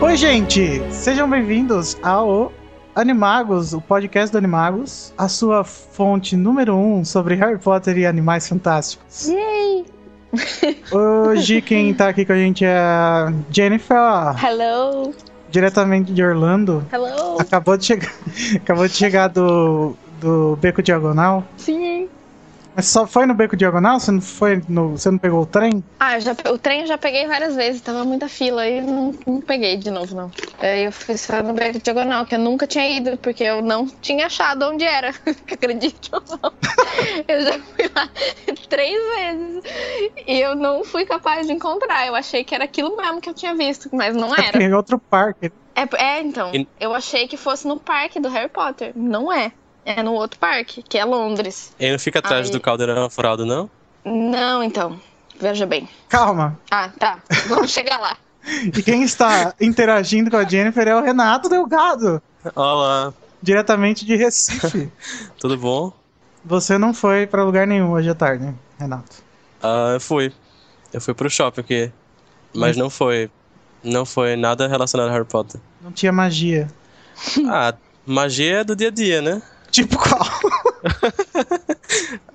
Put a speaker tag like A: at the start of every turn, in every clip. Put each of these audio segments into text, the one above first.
A: Oi, gente! Sejam bem-vindos ao Animagos, o podcast do Animagos, a sua fonte número um sobre Harry Potter e animais fantásticos.
B: Yay!
A: Hoje quem tá aqui com a gente é a Jennifer,
B: Hello!
A: diretamente de Orlando.
B: Hello!
A: Acabou de chegar, acabou de chegar do, do Beco Diagonal.
B: Sim!
A: Mas só foi no Beco Diagonal? Você não, foi no, você não pegou o trem?
B: Ah, eu já, pe- o trem eu já peguei várias vezes, tava muita fila e não, não peguei de novo, não. Aí eu fui só no Beco Diagonal, que eu nunca tinha ido, porque eu não tinha achado onde era, que acredite ou não. Eu já fui lá três vezes e eu não fui capaz de encontrar. Eu achei que era aquilo mesmo que eu tinha visto, mas não
A: É
B: era.
A: porque é outro parque.
B: É, é, então,
C: E-
B: eu achei que fosse no parque do Harry Potter. Não é. É no outro parque, que é Londres.
C: Ele não fica atrás
B: Aí.
C: do caldeirão furado, não?
B: Não, então. Veja bem.
A: Calma.
B: Ah, tá. Vamos chegar lá.
A: E quem está interagindo com a Jennifer é o Renato Delgado,
C: Olá,
A: diretamente de Recife.
C: tudo bom?
A: Você não foi pra lugar nenhum hoje à tarde, Renato.
C: Ah, eu fui. Eu fui pro shopping aqui. Mas
B: Hum.
C: não foi. Não foi nada relacionado a Harry Potter.
A: Não tinha magia.
B: Hum.
C: Ah, magia é do dia a dia, né?
A: Tipo qual?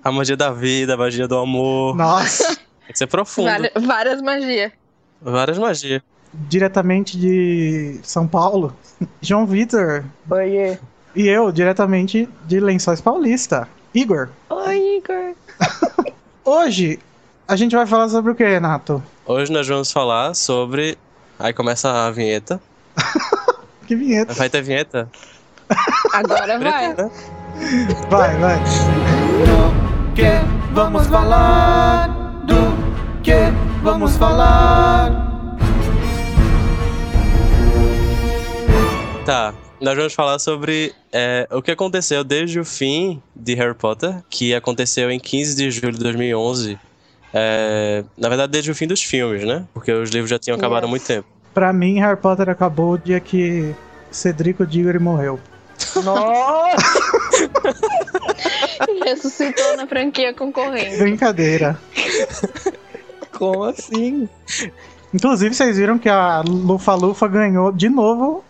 C: A magia da vida, a magia do amor.
A: Nossa.
C: Tem que ser profundo.
B: Várias, várias magias.
C: Várias magias.
A: Diretamente de São Paulo, João Vitor.
B: Oiê.
A: E eu, diretamente de Lençóis Paulista, Igor.
B: Oi, Igor.
A: Hoje, a gente vai falar sobre o que, Renato?
C: Hoje nós vamos falar sobre. Aí começa a vinheta.
A: Que vinheta.
C: Vai ter vinheta?
B: Agora vai.
C: Né?
A: Vai, vai.
D: que vamos falar? Do que vamos falar?
C: Tá, nós vamos falar sobre é, o que aconteceu desde o fim de Harry Potter, que aconteceu em 15 de julho de 2011. É, na verdade, desde o fim dos filmes, né? Porque os livros já tinham acabado há
B: Yes.
C: muito tempo.
A: Pra mim, Harry Potter acabou o dia que Cedrico Diggory morreu.
D: Nossa!
B: Ressuscitou na franquia concorrente.
A: Brincadeira.
D: Como assim?
A: Inclusive, vocês viram que a Lufa Lufa ganhou de novo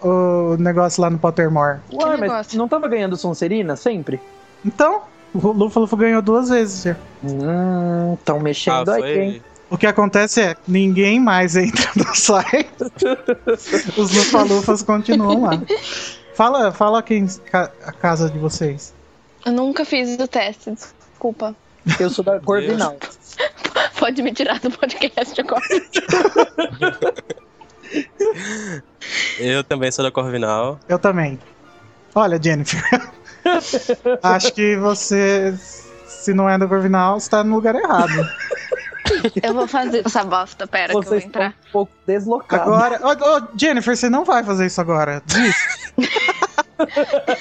A: o negócio lá no Pottermore.
D: Ué, mas
B: negócio?
D: não tava ganhando Sonserina sempre?
A: Então, o Lufa Lufa ganhou duas vezes já.
D: Hum, tão mexendo
C: ah,
D: aí, hein?
C: foi.
A: O que acontece é, ninguém mais entra no site. Os lufalufas continuam lá. Fala, fala quem ca- a casa de vocês.
B: Eu nunca fiz o teste, desculpa.
D: Eu sou da cor
C: Deus.
D: Vinal.
B: Pode me tirar do podcast agora.
C: Eu também sou da Corvinal.
A: Eu também. Olha, Jennifer. acho que você, se não é do Corvinal, está no lugar errado.
B: Eu vou fazer essa bosta, pera, que eu vou
D: Vocês estão
B: entrar.
D: um pouco deslocados.
A: Agora. Ô, ô, Jennifer, você não vai fazer isso agora. Diz.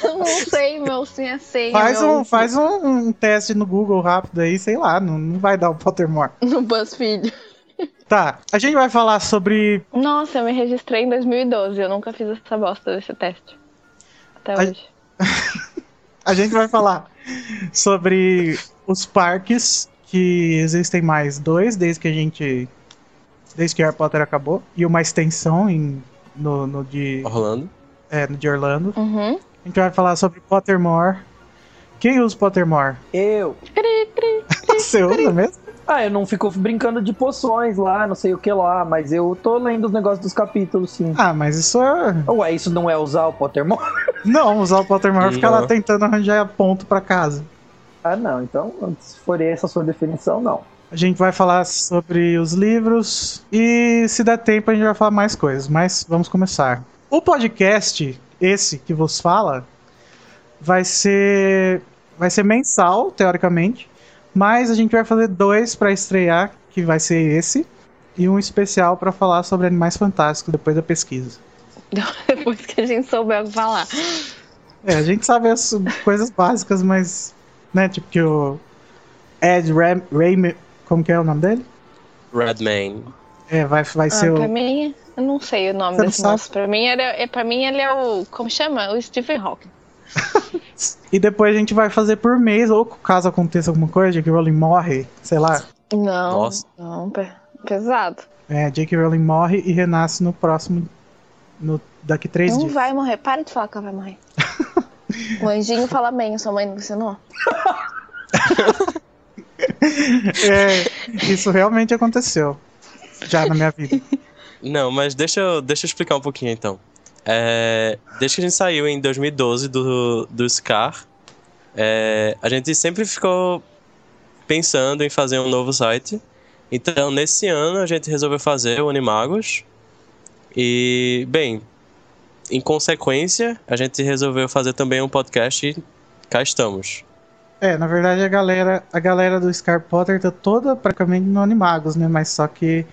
B: Eu não sei, meu sim é senha.
A: Faz,
B: meu-
A: um, faz um, um teste no Google rápido aí, sei lá, não, não vai dar o Pottermore.
B: No BuzzFeed.
A: Tá, a gente vai falar sobre.
B: Nossa, eu me registrei em 2012. Eu nunca fiz essa bosta desse teste. Até
A: Ai.
B: hoje.
A: A gente vai falar sobre os parques que existem mais dois desde que a gente. Desde que Harry Potter acabou. E uma extensão em, no, no de,
C: Orlando.
A: é, no de Orlando.
B: Uhum.
A: A gente vai falar sobre Pottermore. Quem usa Pottermore?
D: Eu.
A: Você usa mesmo?
D: Ah, eu não fico brincando de poções lá, não sei o que lá, mas eu tô lendo os negócios dos capítulos, sim.
A: Ah, mas isso é.
D: Ué, isso não é usar o Pottermore?
A: Não, usar o Pottermore fica lá
C: Não.
A: tentando arranjar ponto pra casa.
D: Ah, não. Então, se for essa a sua definição, não.
A: A gente vai falar sobre os livros e se der tempo a gente vai falar mais coisas, mas vamos começar. O podcast, esse que vos fala, vai ser vai ser mensal, teoricamente, mas a gente vai fazer dois para estrear, que vai ser esse, e um especial para falar sobre animais fantásticos depois da pesquisa.
B: Depois que a gente souber o que falar.
A: É, a gente sabe as coisas básicas, mas né, tipo que o Ed Ram, Raimi- como que é o nome dele?
C: Redman.
A: É, vai, vai ser
B: ah,
A: o
B: pra mim, eu não sei o nome
A: Você não
B: desse
A: sabe?
B: moço. Pra mim, ele é, é- pra mim, ele é o. Como chama? O Stephen Hawking.
A: E depois a gente vai fazer por mês, ou caso aconteça alguma coisa, que o Rowling morre, sei lá.
B: Não.
C: Nossa.
B: Não, pe- Pesado.
A: É, Jake Rowling morre e renasce no próximo. No, daqui três
B: Não
A: dias.
B: vai morrer. Para de falar que ela vai morrer. o anjinho fala bem, sua mãe não ensinou?
A: É, isso realmente aconteceu. Já na minha vida.
C: Não, mas deixa eu, deixa eu explicar um pouquinho então. É, desde que a gente saiu em 2012 do, do Scar, é, a gente sempre ficou pensando em fazer um novo site. Então, nesse ano, a gente resolveu fazer o Animagos. E, bem, em consequência, a gente resolveu fazer também um podcast e cá estamos.
A: É, na verdade a galera, a galera do Scar Potter tá toda praticamente no Animagos, né? Mas só que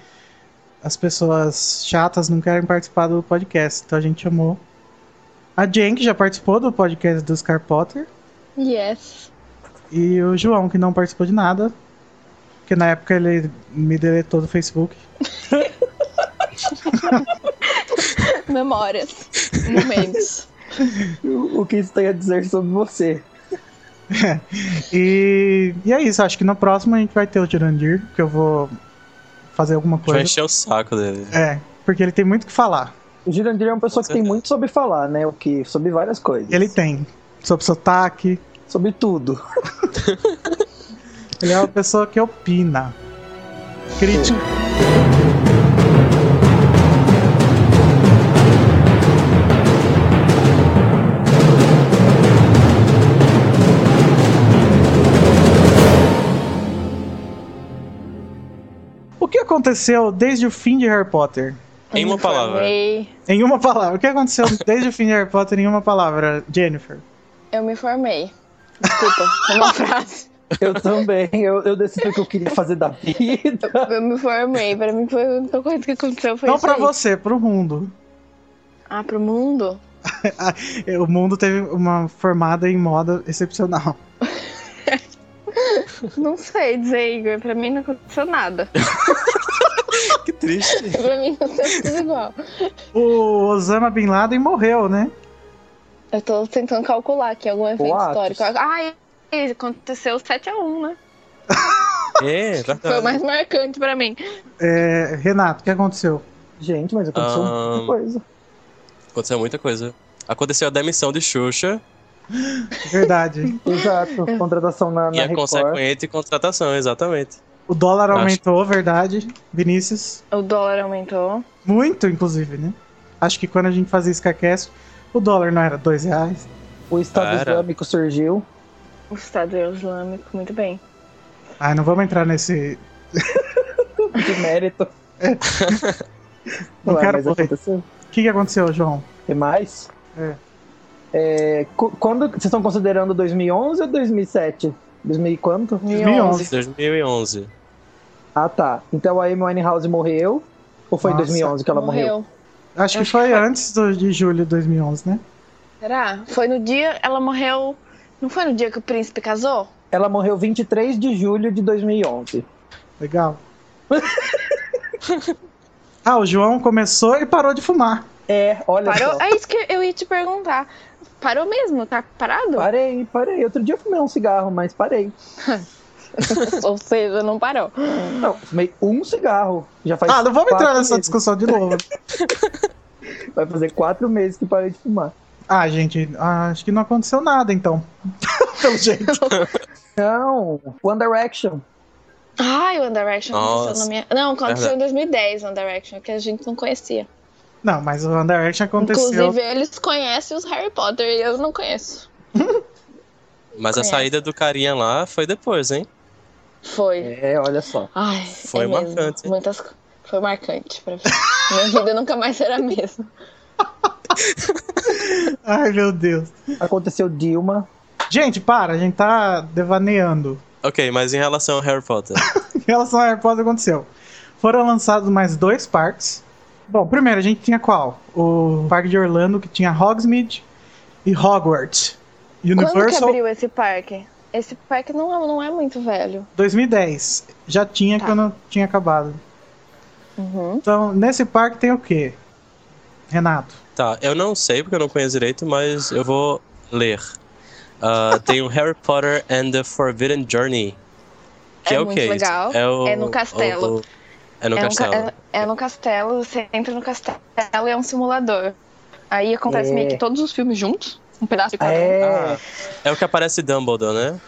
A: as pessoas chatas não querem participar do podcast, então a gente chamou a Jen, que já participou do podcast do Scar Potter,
B: Yes.
A: e o João, que não participou de nada, porque na época ele me deletou do Facebook.
B: Memórias. Momentos.
D: O, o que isso tem a dizer sobre você?
A: E, e é isso, acho que no próximo a gente vai ter o Jurandir, que eu vou fazer alguma
C: A gente vai
A: coisa.
C: encher o saco dele.
A: É, porque ele tem muito o que falar.
D: O Girandir é uma pessoa que tem muito sobre falar, né? O que? Sobre várias coisas.
A: Ele tem sobre sotaque,
D: Sobre tudo.
A: Ele é uma pessoa que opina. Crítica. O que aconteceu desde o fim de Harry Potter?
C: Em uma
B: Me
C: palavra.
B: formei-
A: Em uma palavra. O que aconteceu desde o fim de Harry Potter em uma palavra, Jennifer?
B: Eu me formei. Desculpa, uma frase.
D: Eu também. Eu, eu decidi o que eu queria fazer da vida.
B: Eu me formei. Pra mim foi a única coisa que aconteceu. Foi
A: Não
B: isso
A: pra
B: aí.
A: você, pro mundo.
B: Ah, pro mundo?
A: O mundo teve uma formada em moda excepcional.
B: Não sei dizer, Igor. Pra mim não aconteceu nada.
C: Que triste.
B: pra mim aconteceu tudo igual.
A: O Osama Bin Laden morreu, né?
B: Eu tô tentando calcular aqui algum evento
D: Boatos.
B: histórico. Ah, e- aconteceu 7x1, né? Foi
C: É, verdade.
B: o mais marcante pra mim.
A: É, Renato, o que aconteceu?
D: Gente, mas aconteceu
C: Ah.
D: muita coisa.
C: Aconteceu muita coisa. Aconteceu a demissão de Xuxa.
A: Verdade.
D: Exato.
A: É.
D: Contratação tá
C: E
D: na, na
C: a
D: Record.
C: consequente contratação, exatamente.
A: O dólar
C: Acho.
A: aumentou, verdade. Vinícius.
B: O dólar aumentou.
A: Muito, inclusive, né? Acho que quando a gente fazia SkyCast, o dólar não era dois reais.
D: O Estado
C: Cara.
D: Islâmico surgiu.
B: O Estado Islâmico, muito bem.
A: Ah, não vamos entrar nesse.
D: De mérito.
A: Não
D: Ué,
A: quero
D: mas
A: morrer.
D: aconteceu.
A: O que, que aconteceu, João?
D: Tem mais?
A: É.
D: É, cu- quando vocês estão considerando 2011 ou 2007? 2000 e quanto?
A: 2011.
C: 2011.
D: Ah, tá. Então a Amy Winehouse morreu. Ou foi
A: Nossa.
D: em 2011 que ela morreu?
A: Acho que
B: Acho
A: foi
B: que foi-
A: antes do- de julho de 2011, né?
B: Será? Foi no dia. Ela morreu. Não foi no dia que o príncipe casou?
D: Ela morreu 23 de julho de 2011.
A: Legal. ah, o João começou e parou de fumar.
D: É, olha
B: Parou?
D: só.
B: É isso que eu ia te perguntar. Parou mesmo? Tá parado?
D: Parei, parei. Outro dia eu fumei um cigarro, mas parei.
B: Ou seja, não parou.
D: Não, fumei um cigarro. Já faz
A: Ah, não vamos entrar
D: quatro
A: nessa
D: meses.
A: discussão de novo.
D: Vai fazer quatro meses que parei de fumar.
A: Ah, gente, acho que não aconteceu nada, então. Pelo jeito.
D: Não, One Direction.
B: Ai, One Direction aconteceu
C: Nossa.
B: na minha. Não, aconteceu em 2010 One Direction, que a gente não conhecia.
A: Não, mas o One Direction aconteceu.
B: Inclusive, eles conhecem os Harry Potter e eu não conheço.
C: Mas a
B: Conhece.
C: saída do carinha lá foi depois, hein?
B: Foi.
D: É, olha só.
B: Ai,
C: Foi
B: é mesmo.
C: marcante.
B: Muitas co- Foi marcante pra mim. Minha vida nunca mais será a mesma.
A: Ai, meu Deus.
D: Aconteceu Dilma.
A: Gente, para, a gente tá devaneando.
C: Ok, mas em relação ao Harry Potter.
A: Em relação ao Harry Potter, aconteceu. Foram lançados mais dois parques. Bom, primeiro a gente tinha qual? O Parque de Orlando, que tinha Hogsmeade e Hogwarts.
B: Quando que
A: Universal
B: abriu esse parque? Esse parque não é, não é muito velho.
A: 2010. Já tinha
B: Tá.
A: quando tinha acabado.
B: Uhum.
A: Então, nesse parque tem o quê? Renato.
C: tá, eu não sei porque eu não conheço direito, mas eu vou ler. Ah, tem o Harry Potter and the Forbidden Journey. Que
B: É
C: é, o
B: muito
C: que?
B: legal.
C: É, o,
B: É no castelo.
C: o- É no
B: é,
C: castelo.
B: Um, ca- é, é no castelo, você entra no castelo e é um simulador. Aí acontece
D: É.
B: meio que todos os filmes juntos, um pedaço de cada um.
D: É,
C: Ah, é o que aparece Dumbledore, né?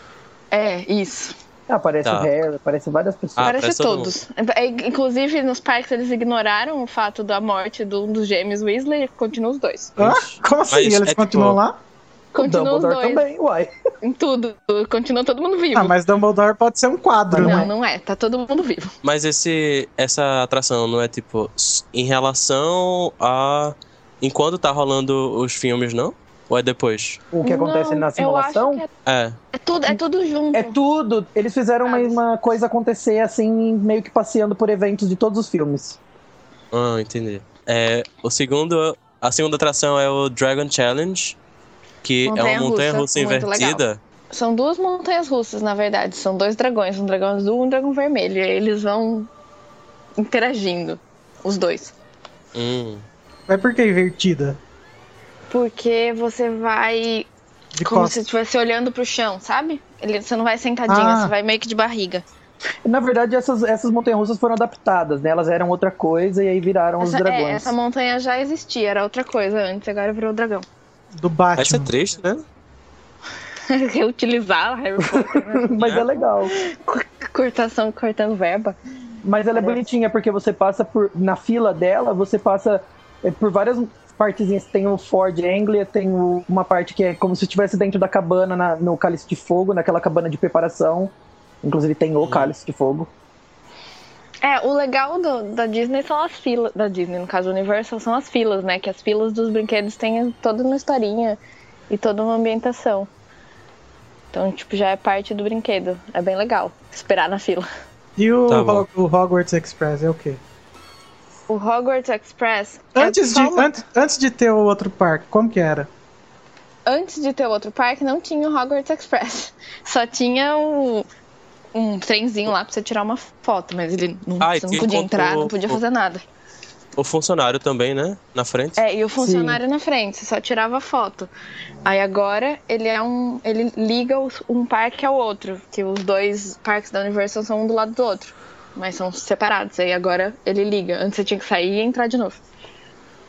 B: É, isso.
D: aparece
C: Tá.
D: o Harry, aparece várias pessoas.
C: Ah,
B: Parece
C: parece todo
B: todos. É, inclusive, nos parques eles ignoraram o fato da morte de um dos gêmeos Weasley e continuam os dois.
A: Hã? Como assim?
C: Mas
A: Eles
C: é
A: continuam
C: tipo-
A: lá?
D: o
B: Continuam os dois.
D: Dumbledore também, uai.
B: Em tudo. Continua todo mundo vivo.
A: Ah, mas Dumbledore pode ser um quadro,
B: Não,
A: né?
B: não é. Tá todo mundo vivo.
C: Mas esse, essa atração não é tipo s- em relação a. Enquanto tá rolando os filmes, não? Ou é depois?
D: O que acontece
B: Não,
D: na simulação
B: Eu acho que
C: É.
B: é, é tudo, é tudo junto.
D: é tudo. Eles fizeram uma, uma coisa acontecer assim, meio que passeando por eventos de todos os filmes.
C: Ah, entendi. É, o segundo. A segunda atração é o Dragon Challenge, que é uma
B: Montanha-russa,
C: montanha russa
B: muito legal.
C: invertida.
B: São duas montanhas russas, na verdade. São dois dragões, um dragão azul e um dragão vermelho. E aí eles vão interagindo, os dois.
C: Hum.
A: Mas por que invertida?
B: Porque você vai
A: De
B: como se
A: costas.
B: estivesse olhando pro chão, sabe? Ele- você não vai sentadinha,
A: Ah.
B: você vai meio que de barriga.
D: Na verdade, essas, essas montanhas-russas foram adaptadas, né? Elas eram outra coisa e aí viraram os
B: Essa, é,
D: dragões.
B: essa montanha já existia, era outra coisa antes, agora virou dragão.
A: Do
C: Vai ser
A: Batman.
C: triste, né?
B: Reutilizar Harry Potter, né?
D: Mas é legal.
B: cortação, cortando verba.
D: Mas ela é bonitinha porque você passa por na fila dela, você passa eh, por várias partezinhas. Tem o Ford Anglia, tem o- uma parte que é como se estivesse dentro da cabana na- no Cálice de Fogo, naquela cabana de preparação. Inclusive tem o Cálice de Fogo.
B: É, o legal do- da Disney são as filas. Da Disney, no caso do Universal, são as filas, né? Que as filas dos brinquedos têm toda uma historinha e toda uma ambientação. Então, tipo, já é parte do brinquedo. É bem legal esperar na fila.
A: E o,
C: Tá bom.
A: o Hogwarts Express é o quê?
B: O Hogwarts Express. é
A: Antes,
B: só
A: de,
B: uma-
A: antes, antes de ter o outro parque, como que era?
B: antes de ter outro parque, não tinha o Hogwarts Express. Só tinha o, um trenzinho lá pra você tirar uma foto, mas ele não,
C: Ah, e
B: você não
C: tinha
B: podia
C: o-
B: entrar, não
C: o-
B: podia
C: o-
B: fazer nada.
C: O funcionário também, né? Na frente.
B: É, e o funcionário na frente, você só tirava foto. Aí agora ele é um. ele liga os- um parque ao outro. Que os dois parques da Universal são um do lado do outro. Mas são separados. Aí agora ele liga. Antes você tinha que sair e entrar de novo.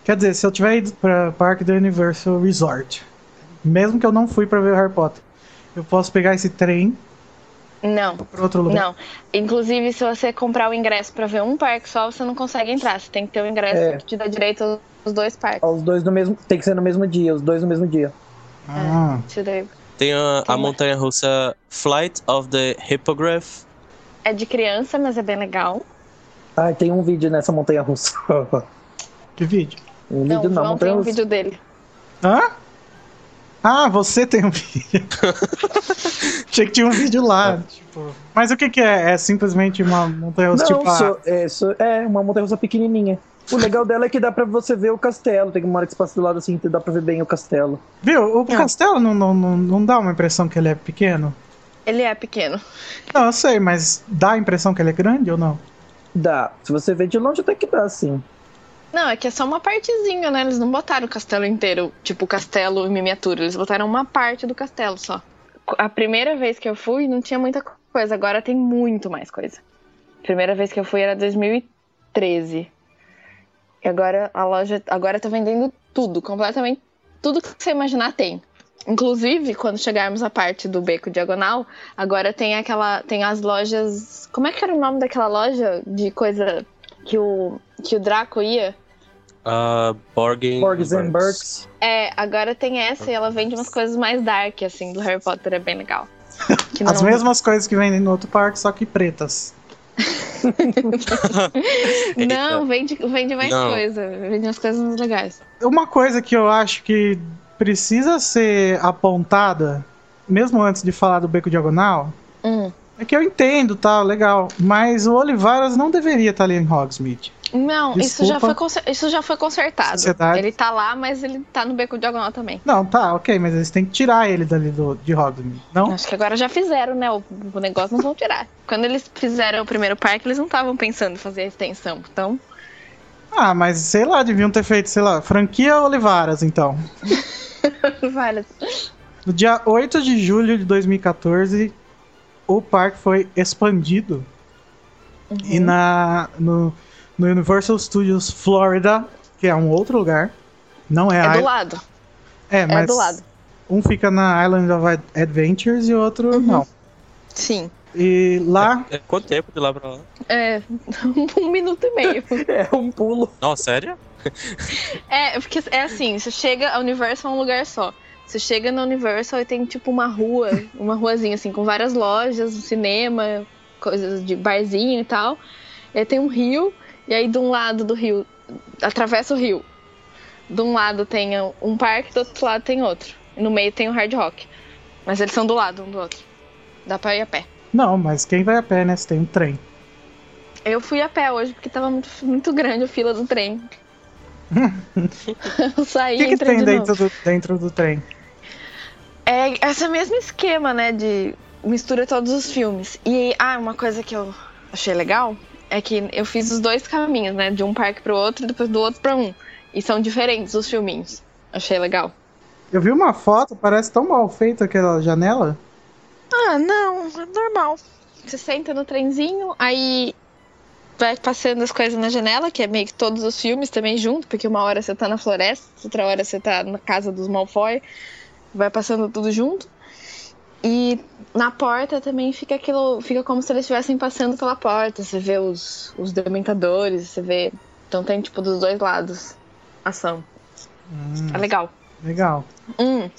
A: Quer dizer, se eu tiver ido pra parque do Universal Resort, mesmo que eu não fui pra ver o Harry Potter, eu posso pegar esse trem
B: Não,
A: pra outro lugar?
B: não. Inclusive, se você comprar o ingresso pra ver um parque só, você não consegue entrar. Você tem que ter o ingresso
D: É.
B: que te dá direito aos dois parques.
D: Os dois no mesmo. Tem que ser no mesmo dia, os dois no mesmo dia.
B: é.
A: Ah,
B: Te dá-
C: Tem a,
B: Tem
C: a
B: mais.
C: montanha russa Flight of the Hippogriff.
B: É de criança, mas é bem legal.
D: Ah, tem um vídeo nessa montanha russa.
A: que vídeo?
D: um
B: Não,
D: vídeo não,
B: não tem
D: montanha
B: um
D: russa.
B: vídeo dele.
A: Hã? Ah, você tem um vídeo. Achei que tinha um vídeo lá.
C: É.
A: tipo. Mas o que, que é? É simplesmente uma montanha
D: Não,
A: russa tipo. ah,
D: só- é, só- é, uma montanha russa pequenininha. O legal dela é que dá pra você ver o castelo. Tem uma hora que você passa do lado assim, dá pra ver bem o castelo.
A: Viu?
B: É.
A: O castelo não, não, não, não dá uma impressão que ele é pequeno?
B: Ele é pequeno.
A: Não, eu sei, mas dá a impressão que ele é grande ou não?
D: Dá. Se você vê de longe, até que dá, sim.
B: Não, é que é só uma partezinha, né? Eles não botaram o castelo inteiro, tipo, o castelo em miniatura. Eles botaram uma parte do castelo só. A primeira vez que eu fui, não tinha muita coisa. Agora tem muito mais coisa. A primeira vez que eu fui era 2013. E agora a loja... Agora tá vendendo tudo, completamente... Tudo que você imaginar tem. Inclusive, quando chegarmos à parte do Beco Diagonal, agora tem aquela... Tem as lojas... Como é que era o nome daquela loja de coisa que o... Que o Draco ia?
C: Ah, Borgin.
D: Borgs and Burks.
B: É, agora tem essa e ela vende umas coisas mais dark, assim, do Harry Potter, é bem legal. Que
A: As mesmas coisas que vendem no outro parque, só que pretas.
B: Não, vende, vende mais
C: Não.
B: coisa. Vende umas coisas mais legais.
A: Uma coisa que eu acho que precisa ser apontada, mesmo antes de falar do Beco Diagonal,
B: Hum.
A: é que eu entendo, tá? Legal. Mas o Olivaras não deveria estar ali em Hogsmeade.
B: Não, isso já,
A: Desculpa.
B: foi conser- isso já foi consertado.
A: Sociedade.
B: Ele tá lá, mas ele tá no beco diagonal também.
A: Não, tá, ok, mas eles têm que tirar ele dali do, de Hogsmeade, não?
B: Acho que agora já fizeram, né? O, o negócio não vão tirar. Quando eles fizeram o primeiro parque, eles não estavam pensando em fazer a extensão. Então,
A: Ah, mas sei lá, deviam ter feito, sei lá, franquia Olivaras, então.
B: várias.
A: No dia 8 de julho de 2014, o parque foi expandido E na, no, no Universal Studios Florida, que é um outro lugar. Não é,
B: É
A: a
B: do
A: Isla-
B: lado.
A: É, mas
B: É do lado.
A: um fica na Island of Ad- Adventures e o outro
B: Uhum.
A: não.
B: Sim.
A: E lá,
C: É, quanto tempo de lá pra lá?
B: É, um minuto e meio.
D: É um pulo.
C: Nossa, sério?
B: É, porque é assim, você chega, a Universal é um lugar só. Você chega na Universal e tem tipo uma rua, uma ruazinha assim, com várias lojas, um cinema, coisas de barzinho e tal. E aí tem um rio, e aí de um lado do rio, atravessa o rio. De um lado tem um parque, do outro lado tem outro. E no meio tem o Hard Rock. Mas eles são do lado um do outro. Dá pra ir a pé.
A: não, mas quem vai a pé, né? Se tem um trem.
B: Eu fui a pé hoje porque tava muito, muito grande a fila do trem. Eu saí
A: O que,
B: e
A: que
B: entrei
A: tem
B: de novo.
A: dentro do, dentro do trem?
B: É esse mesmo esquema, né? De mistura todos os filmes. E, ah, uma coisa que eu achei legal é que eu fiz os dois caminhos, né? De um parque pro outro e depois do outro pra um. E são diferentes os filminhos. Achei legal.
A: Eu vi uma foto, parece tão mal feita aquela janela.
B: Ah, não, é normal. Você senta no trenzinho, aí vai passando as coisas na janela, que é meio que todos os filmes também junto, porque uma hora você tá na floresta, outra hora você tá na casa dos Malfoy, vai passando tudo junto. E na porta também fica aquilo, fica como se eles estivessem passando pela porta, você vê os, os dementadores, você vê. Então tem tipo dos dois lados ação. É legal.
A: Ah, Legal.
B: Um.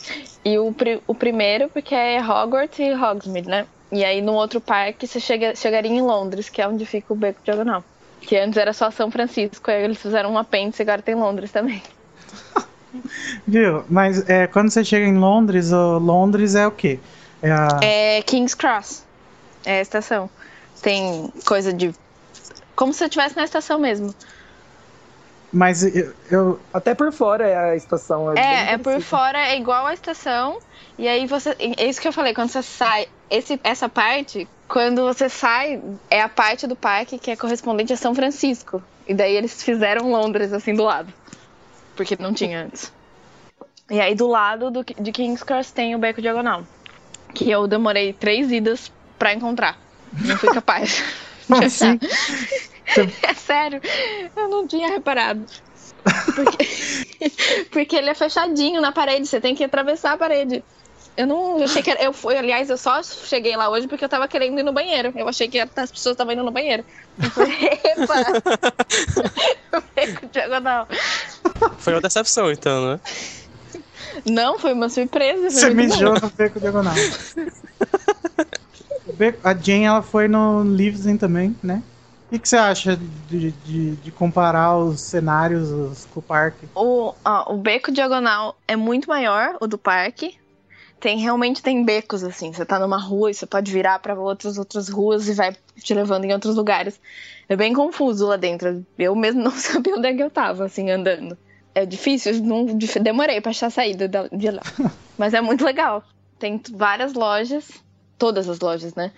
B: E o, pri- o primeiro, porque é Hogwarts e Hogsmeade, né? E aí no outro parque você chega, chegaria em Londres, que é onde fica o Beco Diagonal. Que antes era só São Francisco, aí eles fizeram um apêndice e agora tem Londres também.
A: Viu? Mas é, quando você chega em Londres, o Londres é o quê? É a-
B: É King's Cross. É a estação. Tem coisa de. Como se eu estivesse na estação mesmo.
A: Mas eu, eu-
D: Até por fora é a estação. bem
B: É, é por
D: parecido.
B: fora, é igual à estação. E aí você. É isso que eu falei, quando você sai. Esse, essa parte, quando você sai, é a parte do parque que é correspondente a São Francisco. E daí eles fizeram Londres assim do lado. Porque não tinha antes. E aí do lado do, de King's Cross tem o Beco Diagonal. Que eu demorei três idas pra encontrar. Não fui capaz.
A: assim,
B: É sério, eu não tinha reparado. Porque, porque ele é fechadinho na parede, você tem que atravessar a parede. Eu não eu achei que era, eu fui, aliás, eu só cheguei lá hoje porque eu tava querendo ir no banheiro. Eu achei que as pessoas estavam indo no banheiro. Eu falei, epa! Eu falei com o diagonal.
C: Foi uma decepção, então, né?
B: Não, foi uma surpresa.
A: você
B: Foi muito bom.
A: mijou no beco diagonal. O beco- a Jane ela foi no Leavesden também, né? O que, que você acha de, de- de comparar os cenários os- com o parque?
B: O, ó, o beco diagonal é muito maior, o do parque. Tem realmente tem becos assim. Você tá numa rua e você pode virar pra outras outras ruas e vai te levando em outros lugares. É bem confuso lá dentro. Eu mesmo não sabia onde é que eu tava assim andando. É difícil, não dif- demorei pra achar a saída da- de lá. Mas é muito legal. Tem t- várias lojas, todas as lojas, né?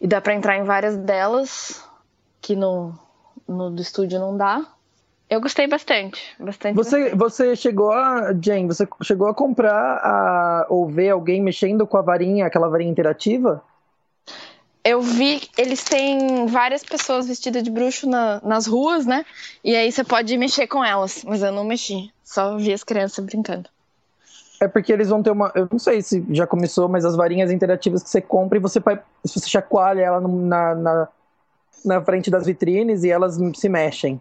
B: E dá pra entrar em várias delas que no no do estúdio não dá. Eu gostei bastante, bastante.
D: Você, você chegou a, Jane, você chegou a comprar a, ou ver alguém mexendo com a varinha, aquela varinha interativa?
B: Eu vi, eles têm várias pessoas vestidas de bruxo na- nas ruas, né? E aí você pode mexer com elas, mas eu não mexi. Só vi as crianças brincando.
D: É porque eles vão ter uma. Eu não sei se já começou, mas as varinhas interativas que você compra e você, vai- se você chacoalha ela no- na, na, na frente das vitrines e elas se mexem.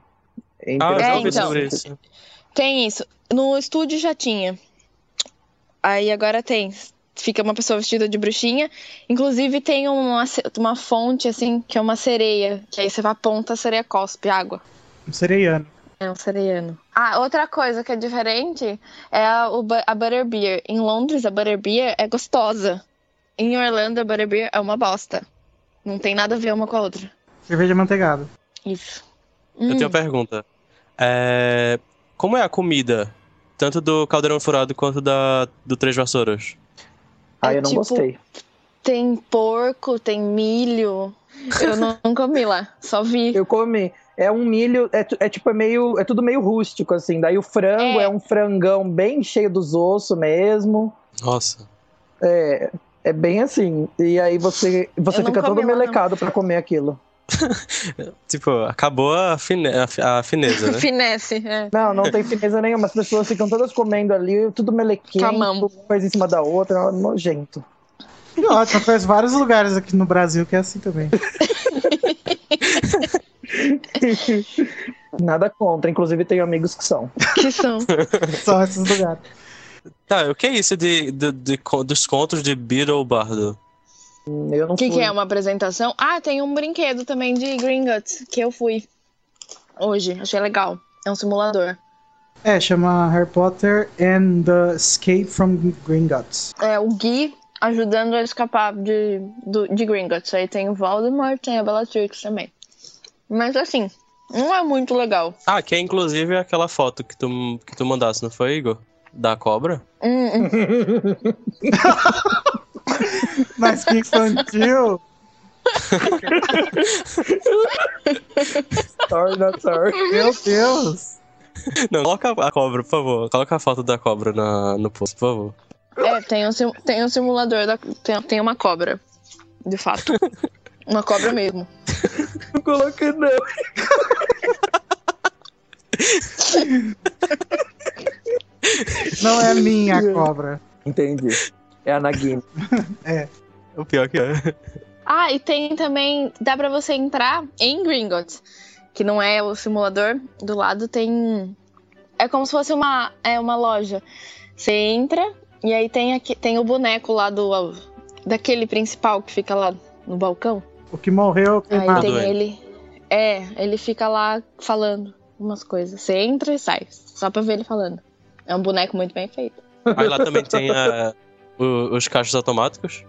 D: É
C: Ah, eu
D: interessante.
C: já
B: É,
C: ouvi
B: então.
C: sobre isso.
B: Tem isso. No estúdio já tinha. Aí agora tem. Fica uma pessoa vestida de bruxinha. Inclusive tem uma, ce- uma fonte, assim, que é uma sereia. Que aí você vai aponta, a sereia cospe água.
A: Um sereiano.
B: É um sereiano. Ah, outra coisa que é diferente é a, o, bu- a Butterbeer. Em Londres, a Butterbeer é gostosa. Em Orlando, a Butterbeer é uma bosta. Não tem nada a ver uma com a outra.
A: Cerveja manteigada.
B: Isso.
C: Eu
B: Hum,
C: tenho uma pergunta. É, Como é a comida? Tanto do Caldeirão Furado quanto da... do Três Vassouras.
D: Ah,
B: É
D: eu não
B: tipo-
D: gostei.
B: Tem porco, tem milho. Eu não, não comi lá, só vi.
D: Eu comi. É um milho, é, tu- é tipo, é meio. É tudo meio rústico, assim. Daí o frango é,
B: É.
D: um frangão bem cheio dos ossos mesmo.
C: Nossa.
D: É, é bem assim. E aí você, você
B: Eu não
D: fica todo
B: comi lá, não.
D: melecado pra comer aquilo.
C: tipo, acabou a, fine, a, fi- a fineza, né?
B: Finesse, é.
D: Não, não tem fineza nenhuma. As pessoas ficam todas comendo ali, tudo melequento,
B: Com a mão.
D: uma coisa em cima da outra, é nojento.
A: Que ótimo, faz vários lugares aqui no Brasil que é assim também.
D: Nada contra, inclusive tenho amigos que são.
B: Que são.
A: São esses lugares.
C: Tá, o que é isso de, de, de co- dos contos de Beetle Bardo?
D: Eu não
B: O que, que
D: fui.
B: é uma apresentação? Ah, tem um brinquedo também de Green Guts que eu fui hoje. Achei legal. É um simulador.
A: É, chama Harry Potter and the Escape from Green Guts.
B: É o Gui ajudando a escapar de, do, de Green Guts. Aí tem o Voldemort, tem a Bellatrix também. Mas assim, não é muito legal.
C: Ah, que é inclusive aquela foto que tu, que tu mandasse, não foi, Igor? Da cobra?
B: Hum, hum.
A: Mas que infantil!
D: Sorry, not sorry.
A: Meu Deus!
C: Não, coloca a cobra, por favor. Coloca a foto da cobra na, no post, por favor.
B: É, tem um, sim- tem um simulador, da, tem, tem uma cobra, de fato. Uma cobra mesmo.
D: Não coloquei, não.
A: Não é minha a cobra.
D: Entendi. É a Nagini.
C: O pior que é.
B: Ah, e tem também, dá pra você entrar em Gringotts, que não é o simulador. Do lado tem, é como se fosse uma, é uma loja. Você entra e aí tem aqui, tem o boneco lá do daquele principal que fica lá no balcão.
A: O que morreu é
B: Aí
A: queimado.
B: tem
C: doido.
B: ele, é, ele fica lá falando umas coisas. Você entra e sai, só pra ver ele falando. É um boneco muito bem feito.
C: Aí lá também tem a- o- os caixas automáticos.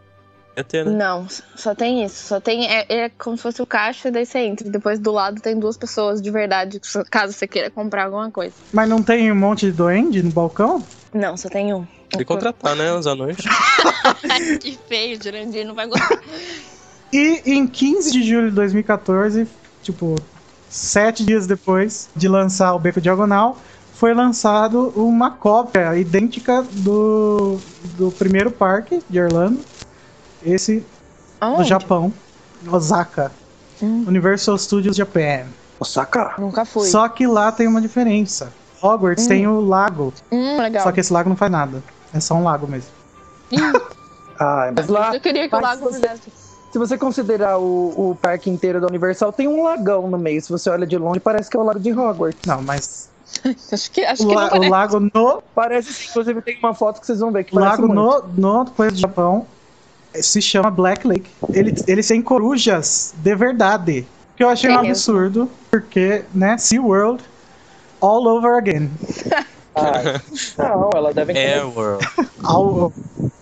C: É ter, né?
B: Não, só tem isso. Só tem. É, é como se fosse o caixa, daí você entra. Depois do lado tem duas pessoas de verdade, caso você queira comprar alguma coisa.
A: Mas não tem um monte de duende no balcão?
B: Não, só tem um.
C: E contratar, né? Os anões.
B: que feio, Jurandir não vai gostar.
A: E em 15 de julho de 2014, tipo, sete dias depois de lançar o Beco Diagonal, foi lançado uma cópia idêntica do, do primeiro parque de Orlando, esse no Japão, Osaka,
B: Hum.
A: Universal Studios Japan.
D: Osaka.
B: Nunca fui.
A: Só que lá tem uma diferença. Hogwarts tem o lago,
B: Hum, legal.
A: só que esse lago não faz nada. É só um lago mesmo.
D: Ah, mas lá,
B: Eu queria que o
D: Mas
B: lago
D: você-
B: fizesse.
D: se você considerar o, o parque inteiro da Universal, tem um lagão no meio. Se você olha de longe, parece que é o lago de Hogwarts.
A: Não, mas
B: Acho que, acho
A: o,
B: que
A: la-
B: não
A: o
B: parece.
A: lago no
D: Parece, sim, inclusive tem uma foto que vocês vão ver que
A: O
D: parece
A: lago
D: muito.
A: no, no coisa do Japão eh, se chama Black Lake. Ele, ele tem corujas de verdade. Que eu achei um
B: É mesmo.
A: absurdo, porque, né, SeaWorld all over again.
D: Ah, não, ela deve
C: Air É, World.
A: All-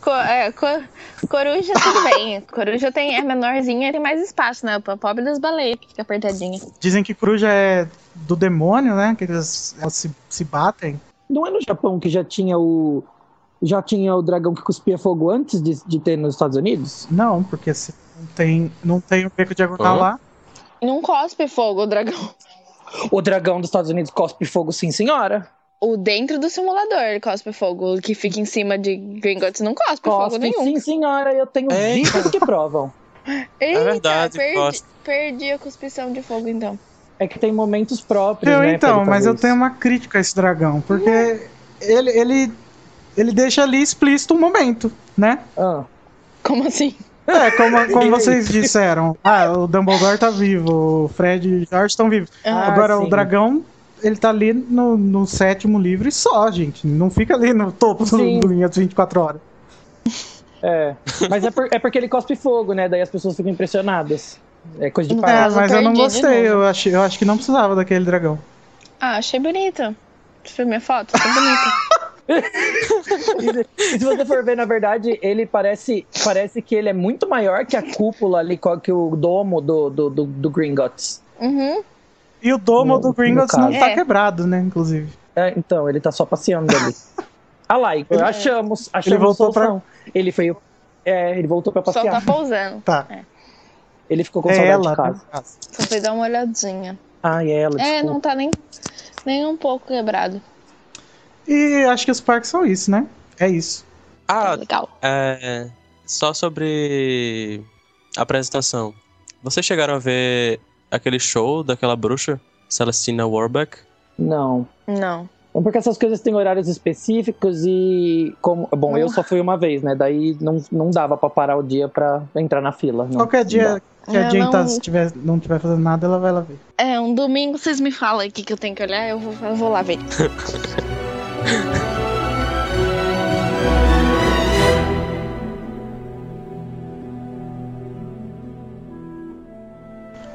B: Co- é, co- coruja, tudo bem. Coruja tem, é menorzinha e tem mais espaço, né? Pra Pobre das baleias que fica apertadinha.
A: dizem que coruja é do demônio, né? Que eles, elas se, se batem.
D: Não é no Japão que já tinha o. Já tinha o dragão que cuspia fogo antes de, de ter nos Estados Unidos?
A: Não, porque se não tem, não tem o beco diagonal
C: Hã?
A: lá.
B: Não cospe fogo o dragão.
D: O dragão dos Estados Unidos cospe fogo, sim, senhora.
B: O dentro do simulador ele cospe fogo. O que fica em cima de Gringotts não cospe, fogo
D: Cospe,
B: nenhum.
D: sim, senhora. Eu tenho
C: É.
D: vídeos que provam.
B: Eita,
C: verdade,
B: É perdi,
C: cospe.
B: perdi a cuspição de fogo então.
D: É que tem momentos próprios.
A: Eu,
D: né,
A: então,
D: Felipe,
A: mas eu
D: talvez.
A: tenho uma crítica a esse dragão, porque ele, ele, ele deixa ali explícito um momento, né?
D: Ah,
B: Como assim?
A: É, como, como
D: E aí?
A: vocês disseram, ah, o Dumbledore tá vivo, o Fred e o George estão vivos.
D: Ah,
A: Agora, o
D: sim.
A: dragão, ele tá ali no, no sétimo livro e só, gente. Não fica ali no topo do,
D: Sim.
A: do linha dos 24 horas.
D: é. Mas é, por- é porque ele cospe fogo, né? Daí as pessoas ficam impressionadas. É coisa de
B: Não.
D: pai.
A: é,
B: eu
A: mas eu não
B: perdi de
A: gostei.
B: novo.
A: Eu acho, eu acho que não precisava daquele dragão.
B: Ah, achei bonito. Deixa eu ver minha foto, tá bonita.
D: E se você for ver, na verdade, ele parece, parece que ele é muito maior que a cúpula ali, co- que o domo do, do, do, do Gringotts.
B: Uhum.
A: E o domo
D: No-
A: do Gringotts
D: no
A: não
D: caso.
A: tá
B: É.
A: quebrado, né, inclusive.
D: É, então, ele tá só passeando ali. ah lá, Igor, achamos, achamos
A: Ele voltou
D: solução. Ele foi... É, ele voltou pra
B: Só
D: passear.
B: tá pousando.
A: Tá.
D: Ele ficou com
A: É
D: saudade
A: ela.
D: de casa.
A: no caso.
B: Só fui dar uma olhadinha.
D: Ah, é ela,
B: É,
D: desculpa.
B: não tá nem, nem um pouco quebrado.
A: E acho que os parques são isso, né? É isso.
B: Tá
C: Ah,
B: Legal.
C: é, só sobre a apresentação. Vocês chegaram a ver aquele show daquela bruxa, Celestina Warbeck?
D: Não.
B: Não.
D: É Porque essas coisas têm horários específicos e. Como, bom,
B: Não.
D: eu só fui uma vez, né? Daí não, não dava pra parar o dia pra entrar na fila. né? não.
A: Qualquer dia que a
B: Eu
A: Jane tá-
B: não-
A: se tiver, não tiver fazendo nada, ela vai lá ver.
B: É, um domingo vocês me falam aqui que eu tenho que olhar, eu vou, eu vou lá ver.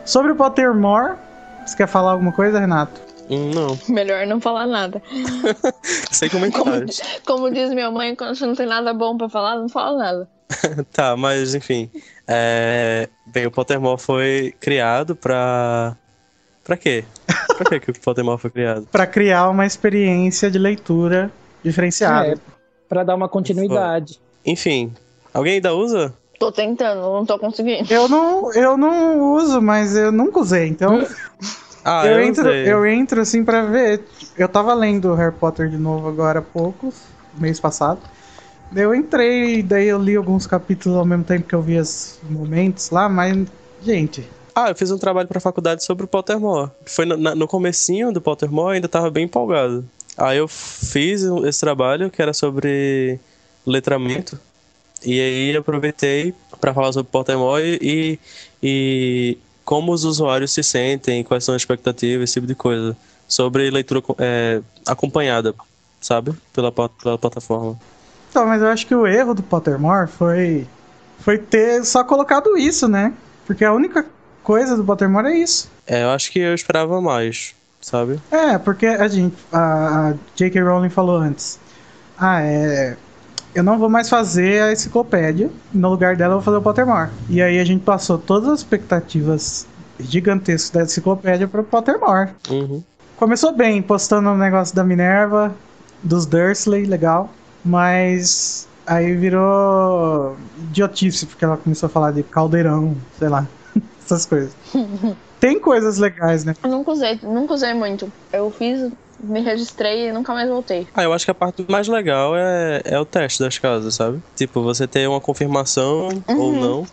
A: Sobre o Pottermore, você quer falar alguma coisa, Renato?
C: Hum, não.
B: Melhor não falar nada.
C: Sem comentários.
B: Como diz minha mãe, quando você não tem nada bom pra falar, não fala nada.
C: Tá, mas enfim. É, Bem, o Pottermore foi criado pra. Pra quê? Pra quê que o Pottermore foi criado?
A: Pra criar uma experiência de leitura diferenciada.
D: É, pra dar uma continuidade.
C: Enfim, alguém ainda usa?
B: Tô tentando, não tô conseguindo.
A: Eu não, eu não uso, mas eu nunca usei. Então
C: Ah,
A: eu,
C: eu,
A: entro,
C: usei.
A: eu entro assim pra ver. Eu tava lendo Harry Potter de novo agora há pouco, mês passado. Eu entrei, daí eu li alguns capítulos ao mesmo tempo que eu vi os momentos lá, mas gente,
C: Ah, eu fiz um trabalho pra faculdade sobre o Pottermore. Foi no, na- no comecinho do Pottermore, eu ainda tava bem empolgado. Aí eu fiz um- esse trabalho que era sobre letramento. E aí aproveitei pra falar sobre Pottermore e, e como os usuários se sentem, quais são as expectativas, esse tipo de coisa. Sobre leitura co- é, acompanhada, sabe? Pela, pla- pela plataforma.
A: Então, mas eu acho que o erro do Pottermore foi foi ter só colocado isso, né? Porque a única coisa do Pottermore é isso.
C: É, eu acho que eu esperava mais, sabe?
A: É, porque a gente a a J.K. Rowling falou antes. Ah, é eu não vou mais fazer a enciclopédia, no lugar dela eu vou fazer o Pottermore. E aí a gente passou todas as expectativas gigantescas da enciclopédia pro Pottermore.
C: Uhum.
A: Começou bem, postando o negócio da Minerva, dos Dursley, legal. Mas aí virou idiotice, porque ela começou a falar de caldeirão, sei lá, essas coisas. Tem coisas legais, né?
B: Eu nunca usei, nunca usei muito. Eu fiz, me registrei e nunca mais voltei.
C: Ah, eu acho que a parte mais legal é, é o teste das casas, sabe? Tipo, você ter uma confirmação ou não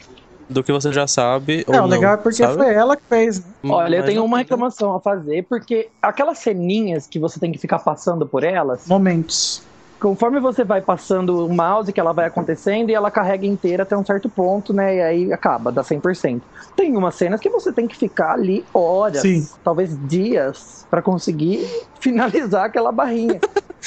C: do que você já sabe ou
A: é, Uhum. o
C: não.
A: legal é porque
C: sabe?
A: foi ela que fez. né?
D: Olha, eu
C: Mas
D: tenho
C: não
D: uma
C: tem-
D: reclamação a fazer, porque aquelas ceninhas que você tem que ficar passando por elas,
A: Momentos.
D: conforme você vai passando o mouse, que ela vai acontecendo e ela carrega inteira até um certo ponto, né? E aí acaba, dá 100%. Tem umas cenas que você tem que ficar ali horas,
A: Sim.
D: talvez dias, pra conseguir finalizar aquela barrinha.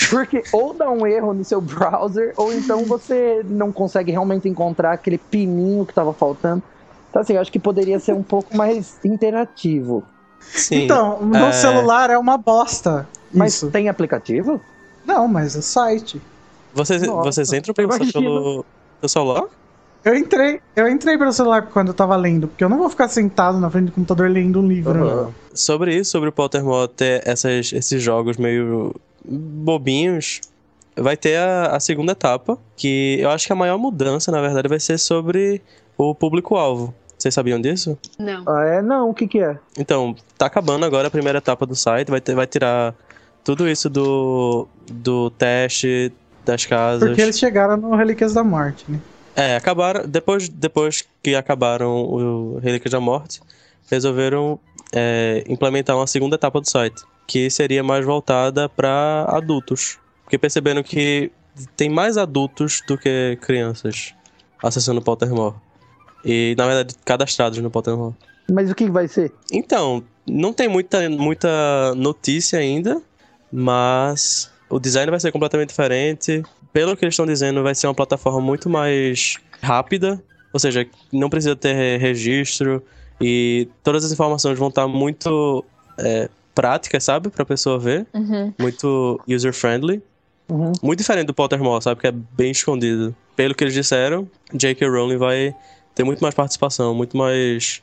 D: Porque ou dá um erro no seu browser, ou então você não consegue realmente encontrar aquele pininho que tava faltando. Então, assim, eu acho que poderia ser um pouco mais interativo.
C: Sim.
A: Então, no
C: é.
A: celular é uma bosta.
D: Mas
A: Isso.
D: tem aplicativo?
A: Não, mas o site.
C: vocês,
D: Nossa,
C: vocês entram pelo,
D: imagina.
C: pelo, pelo celular?
A: Eu entrei, eu entrei pelo celular quando eu tava lendo, porque eu não vou ficar sentado na frente do computador lendo um livro. né?
C: Sobre isso, sobre o Pottermore ter essas, esses jogos meio bobinhos, vai ter a, a segunda etapa, que eu acho que a maior mudança, na verdade, vai ser sobre o público-alvo. Vocês sabiam disso?
B: Não.
D: Ah, é? Não, o que que é?
C: Então, tá acabando agora a primeira etapa do site, vai, ter- vai tirar tudo isso do, do teste das casas.
A: Porque eles chegaram no Relíquias da Morte, né?
C: É, acabaram. Depois, depois que acabaram o Relíquias da Morte, resolveram é, implementar uma segunda etapa do site, que seria mais voltada para adultos. Porque perceberam que tem mais adultos do que crianças acessando o Pottermore. E, na verdade, cadastrados no Pottermore.
D: Mas o que que vai ser?
C: Então, não tem muita, muita notícia ainda, mas o design vai ser completamente diferente. Pelo que eles estão dizendo, vai ser uma plataforma muito mais rápida, ou seja, não precisa ter re- registro e todas as informações vão estar muito é, práticas, sabe, para a pessoa ver,
B: Uhum.
C: muito user-friendly.
D: Uhum.
C: Muito diferente do Pottermore, sabe, que é bem escondido. Pelo que eles disseram, J.K. Rowling vai ter muito mais participação, muito mais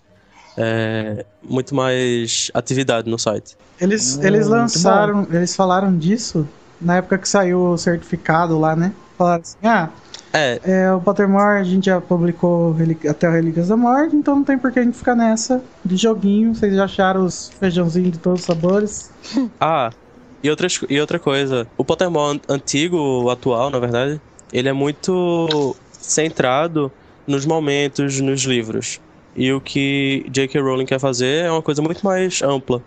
C: é, muito mais atividade no site.
A: Eles,
D: Hum,
A: eles
D: muito
A: lançaram, eles falaram disso na época que saiu o certificado lá, né? Falaram assim, ah,
C: É,
A: é, o Pottermore a gente já publicou relí- até o Relíquias da Morte, então não tem por que a gente ficar nessa de joguinho, vocês já acharam os feijãozinhos de todos os sabores.
C: ah, e, outras, e outra coisa, o Pottermore an- antigo, o atual, na verdade, ele é muito centrado nos momentos, nos livros. E o que J.K. Rowling quer fazer é uma coisa muito mais ampla.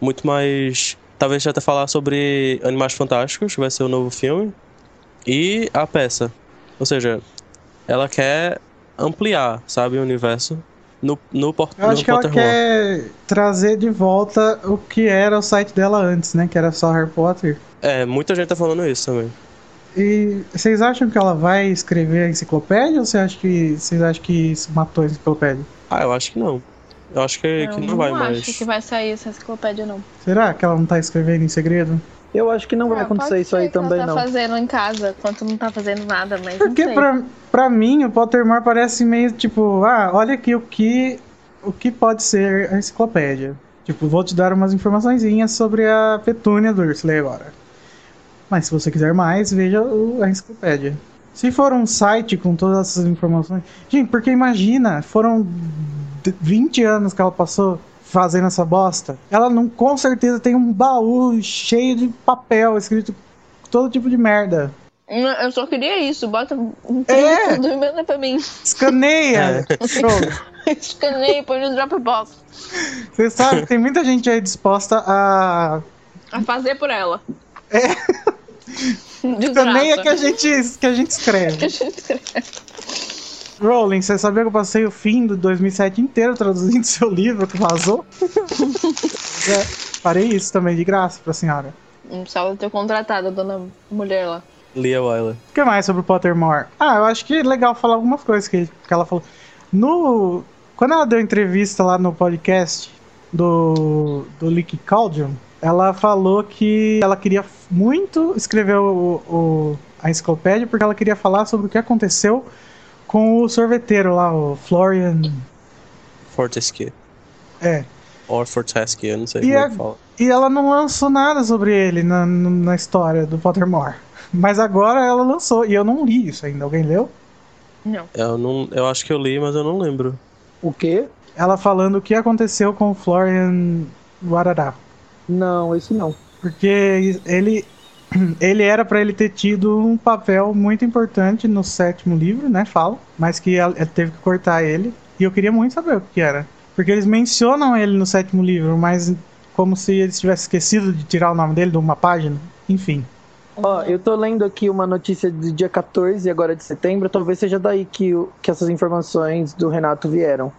C: Muito mais. Talvez até falar sobre Animais Fantásticos, que vai ser o novo filme. E a peça. Ou seja, ela quer ampliar, sabe, o universo no, no, por,
A: Eu acho
C: no
A: que ela
C: Pottermore.
A: quer trazer de volta o que era o site dela antes, né? Que era só Harry Potter.
C: É, muita gente tá falando isso também.
A: E vocês acham que ela vai escrever a enciclopédia ou vocês acham que, vocês acham que isso matou a enciclopédia?
C: Ah, eu acho que não. Eu acho É que que não, vai
B: acho
C: mais.
B: que vai sair essa enciclopédia, não.
A: Será que ela não tá escrevendo em segredo?
D: Eu acho que não vai
B: Ah,
D: acontecer
B: pode
D: isso aí
B: ser que ela tá
D: também, não.
B: fazendo em casa, enquanto não tá fazendo nada, mas
A: Porque
B: não sei.
A: pra, pra mim o Pottermore parece meio tipo, ah, olha aqui o que, o que pode ser a enciclopédia. Tipo, vou te dar umas informaçõezinhas sobre a Petúnia Dursley agora. Mas se você quiser mais, veja o- a enciclopédia. Se for um site com todas essas informações. Gente, porque imagina, foram d- 20 anos que ela passou fazendo essa bosta. Ela não com certeza tem um baú cheio de papel escrito todo tipo de merda.
B: Não, Eu só queria isso, bota um
A: É.
B: tudo e manda pra mim.
A: Escaneia! Pronto.
B: Escaneio, põe no Dropbox.
A: Você sabe, tem muita gente aí disposta a.
B: A fazer por ela. É.
A: Escaneia que a gente, que a gente escreve. Rowling, você sabia que eu passei o fim do 2007 inteiro traduzindo seu livro que vazou? é, parei isso também de graça pra senhora.
B: Não precisava ter contratado a dona mulher lá.
C: Lia Wyler.
A: O que mais sobre o Pottermore? Ah, eu acho que é legal falar algumas coisas que, que ela falou. No, quando ela deu entrevista lá no podcast do, do Lick Caldium, ela falou que ela queria muito escrever o, o- a enciclopédia porque ela queria falar sobre o que aconteceu com o sorveteiro lá, o Florian.
C: Fortescue.
A: É.
C: Or Fortescue, eu não sei
A: E
C: como
A: a-
C: é que fala.
A: E ela não lançou nada sobre ele na, na história do Pottermore. Mas agora ela lançou, e eu não li isso ainda. Alguém leu?
B: Não.
C: Eu, não, eu acho que eu li, mas eu não lembro.
D: O quê?
A: ela falando o que aconteceu com o Florian Guarará.
D: Não, isso não.
A: Porque ele, ele era pra ele ter tido um papel muito importante no sétimo livro, né? Fala. Mas que ela, ela teve que cortar ele. E eu queria muito saber o que era. Porque eles mencionam ele no sétimo livro, mas como se eles tivessem esquecido de tirar o nome dele de uma página. Enfim.
D: Ó, eu tô lendo aqui uma notícia de dia 14, agora de setembro, talvez seja daí que, o- que essas informações do Renato vieram.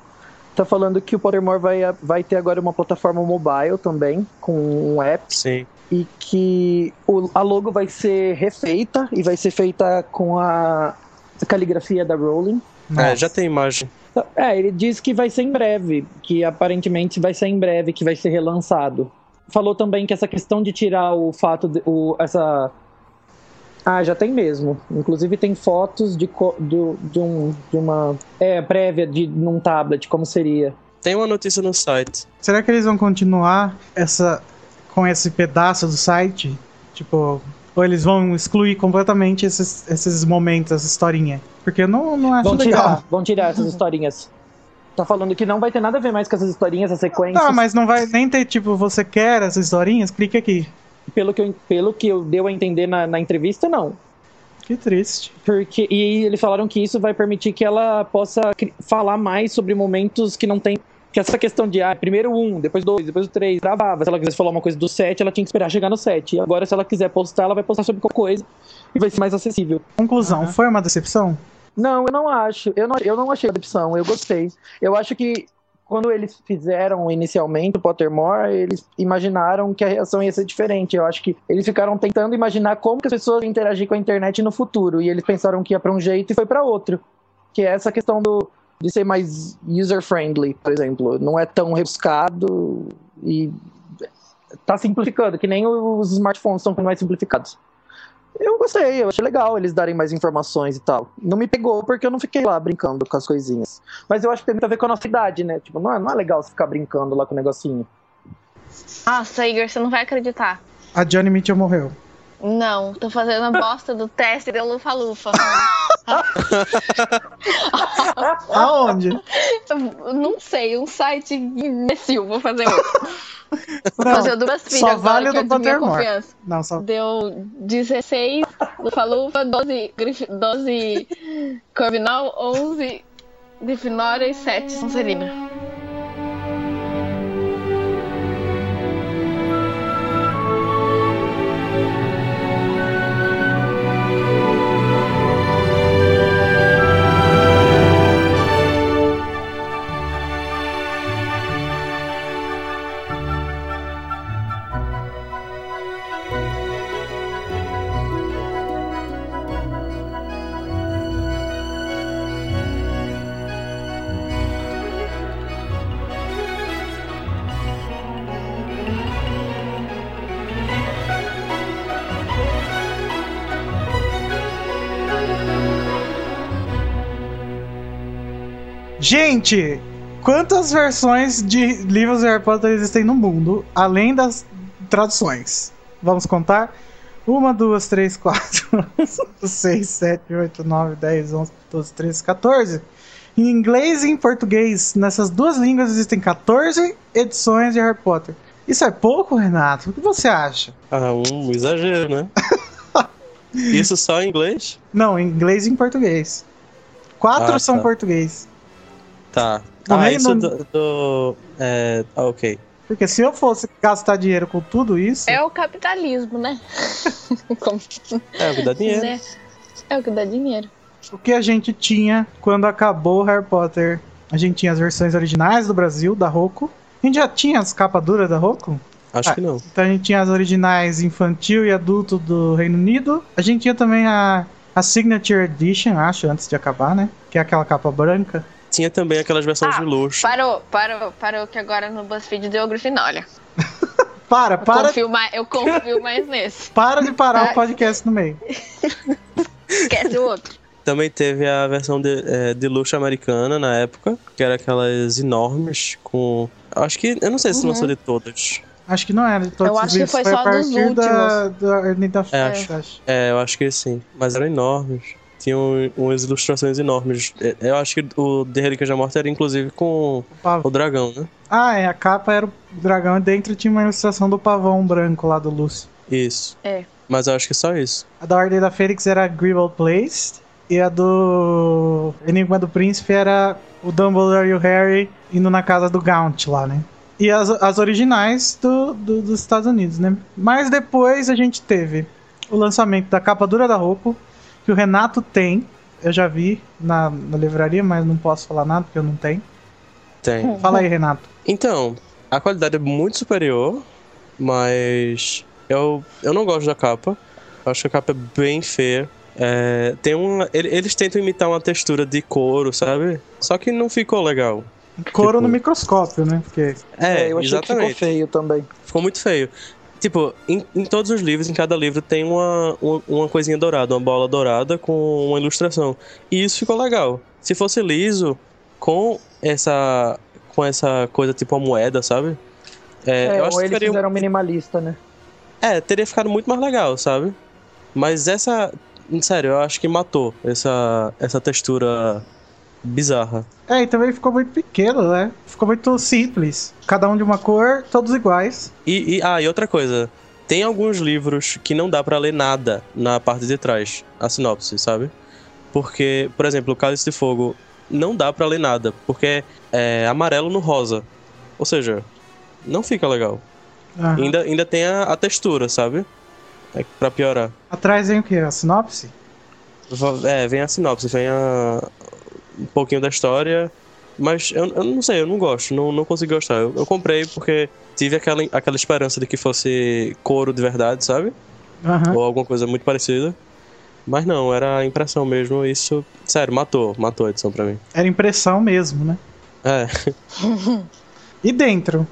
D: Tá falando que o Pottermore vai, a- vai ter agora uma plataforma mobile também, com um app,
C: Sim.
D: e que o- a logo vai ser refeita e vai ser feita com a caligrafia da Rowling.
C: É,
A: Nossa.
C: já tem imagem.
D: Então, É, ele diz que vai ser em breve, que aparentemente vai ser em breve que vai ser relançado. Falou também que essa questão de tirar o fato de, o, essa ah, já tem mesmo. Inclusive tem fotos de, co- do, de, um, de uma é, prévia de num tablet como seria.
C: Tem uma notícia no site.
A: Será que eles vão continuar essa com esse pedaço do site? Tipo, ou eles vão excluir completamente esses, esses momentos, essa historinha? Porque eu não, não acho
D: Vão
A: legal.
D: tirar, vão tirar essas historinhas. Tá falando que não vai ter nada a ver mais com essas historinhas, essas sequências.
A: Tá, mas não vai nem ter, tipo, você quer essas historinhas? Clique aqui.
D: pelo, que eu, pelo que eu deu a entender na, na entrevista, não.
A: Que triste.
D: Porque, e eles falaram que isso vai permitir que ela possa cri- falar mais sobre momentos que não tem. Que essa questão de ah, primeiro um, depois dois, depois o três, gravava. Se ela quisesse falar uma coisa do sete, ela tinha que esperar chegar no sete. E agora, se ela quiser postar, ela vai postar sobre qualquer coisa e vai ser mais acessível.
A: Conclusão, foi uma decepção?
D: Não, eu não acho. Eu não, eu não achei a decepção, eu gostei. Eu acho que quando eles fizeram inicialmente o Pottermore, eles imaginaram que a reação ia ser diferente. Eu acho que eles ficaram tentando imaginar como que as pessoas iam interagir com a internet no futuro. E eles pensaram que ia pra um jeito e foi pra outro. Que é essa questão do, de ser mais user-friendly, por exemplo. Não é tão rebuscado e tá simplificando, que nem os smartphones são mais simplificados. Eu gostei, eu achei legal eles darem mais informações e tal. Não me pegou porque eu não fiquei lá brincando com as coisinhas. Mas eu acho que tem muito a ver com a nossa idade, né? Tipo, não é, não é legal você ficar brincando lá com o negocinho.
B: Nossa, Igor, você não vai acreditar.
A: A Johnny Mitchell morreu.
B: Não, tô fazendo a bosta do teste da Lufa-Lufa.
A: Aonde?
B: Eu não sei, um site imbecil, vou fazer outro. Vou
A: Não,
B: fazer duas filhas
A: só
B: agora,
A: vale
B: que
A: o
B: é de minha
A: Pottermore.
B: confiança.
A: não, só.
B: Deu 16, Lufa-Lufa, 12, grif... 12 Corvinal, 11 Grifinória e sete Sonserina.
A: Gente, quantas versões de livros de Harry Potter existem no mundo, além das traduções? Vamos contar? Uma, duas, três, quatro, cinco, seis, sete, oito, nove, dez, onze, doze, treze, 14. Em inglês e em português, nessas duas línguas existem 14 edições de Harry Potter. Isso é pouco, Renato? O que você acha?
C: Ah, um exagero, né? Isso só em inglês?
A: Não, em inglês e em português. Quatro
C: Ah,
A: são
C: tá.
A: português.
C: Tá. Ah,
A: Também
C: isso
A: não-
C: do. do- é, ah, ok.
A: Porque se eu fosse gastar dinheiro com tudo isso.
B: É o capitalismo, né? Como
C: É, o que dá dinheiro.
B: né? É o que dá dinheiro.
A: o que a gente tinha quando acabou o Harry Potter. A gente tinha as versões originais do Brasil, da Roku. A gente já tinha as capas duras da Roku.
C: Acho
A: Ah.
C: que não.
A: Então a gente tinha as originais infantil e adulto do Reino Unido. A gente tinha também a, a Signature Edition, acho, antes de acabar, né? Que é aquela capa branca.
C: Tinha também aquelas versões
B: Ah,
C: de luxo.
B: Parou, parou, parou que agora no BuzzFeed deu Grifinória.
A: Para,
B: Eu
A: para,
B: confio mais, eu confio mais nesse.
A: para de parar
B: Ah.
A: o podcast no meio.
B: Esquece o outro.
C: Também teve a versão de, é, de luxo americana na época, que era aquelas enormes com. Acho que. Eu não sei se
B: Uhum.
C: lançou de todas.
A: Acho que não era de todos
B: Eu
A: os
B: acho que
A: livros,
B: foi
A: a
B: só dos
A: partir da, da Avenida
C: É,
A: Fest, acho.
C: É, eu acho que sim. Mas eram enormes. Tinham umas ilustrações enormes. É, Eu acho que o de Relíquias da Morte era inclusive com
A: O pavão.
C: o dragão, né?
A: Ah, é, a capa era o dragão e dentro tinha uma ilustração do pavão branco lá do Lúcio.
C: Isso.
B: É.
C: Mas eu acho que só isso.
A: A da Ordem da Fênix era Gribble Place. E a do Enigma do Príncipe era o Dumbledore e o Harry indo na casa do Gaunt lá, né? E as, as originais do, do- dos Estados Unidos, né? Mas depois a gente teve o lançamento da capa dura da Roku, que o Renato tem. Eu já vi na, na livraria, mas não posso falar nada porque eu não tenho.
C: Tem.
B: Hum.
A: Fala aí, Renato.
C: Então, a qualidade é muito superior, mas eu, eu não gosto da capa. Eu acho que a capa é bem feia. É, tem uma, ele- eles tentam imitar uma textura de couro, sabe? Só que não ficou legal.
A: Couro
C: Tipo-
A: no microscópio, né? Porque
C: É,
D: eu achei
C: exatamente.
D: que ficou feio também.
C: ficou, muito feio. Tipo, em, em todos os livros, em cada livro, tem uma, uma, uma coisinha dourada, uma bola dourada com uma ilustração. E isso ficou legal. Se fosse liso, com essa, com essa coisa tipo a moeda, sabe? É,
D: É,
C: eu acho que
D: ou eles
C: ficaria um-
D: fizeram minimalista, né?
C: É, teria ficado muito mais legal, sabe? Mas essa. Sério, eu acho que matou essa, essa textura bizarra.
A: É, e também ficou muito pequeno, né? Ficou muito simples. Cada um de uma cor, todos iguais.
C: E, e- ah, e outra coisa. Tem alguns livros que não dá pra ler nada na parte de trás, a sinopse, sabe? Porque, por exemplo, o Cálice de Fogo não dá pra ler nada, porque é amarelo no rosa. Ou seja, não fica legal.
A: Ah,
C: Ainda, ainda tem a, a textura, sabe? É, pra piorar.
A: Atrás vem o quê? A sinopse?
C: Va- É, vem a sinopse, vem a... um pouquinho da história. Mas eu, eu não sei, eu não gosto, não, não consigo gostar. Eu, eu comprei porque tive aquela, aquela esperança de que fosse couro de verdade, sabe?
A: Aham.
C: Ou alguma coisa muito parecida. Mas não, era a impressão mesmo. Isso, sério, matou, matou a edição pra mim.
A: Era impressão mesmo, né?
C: É,
A: E dentro?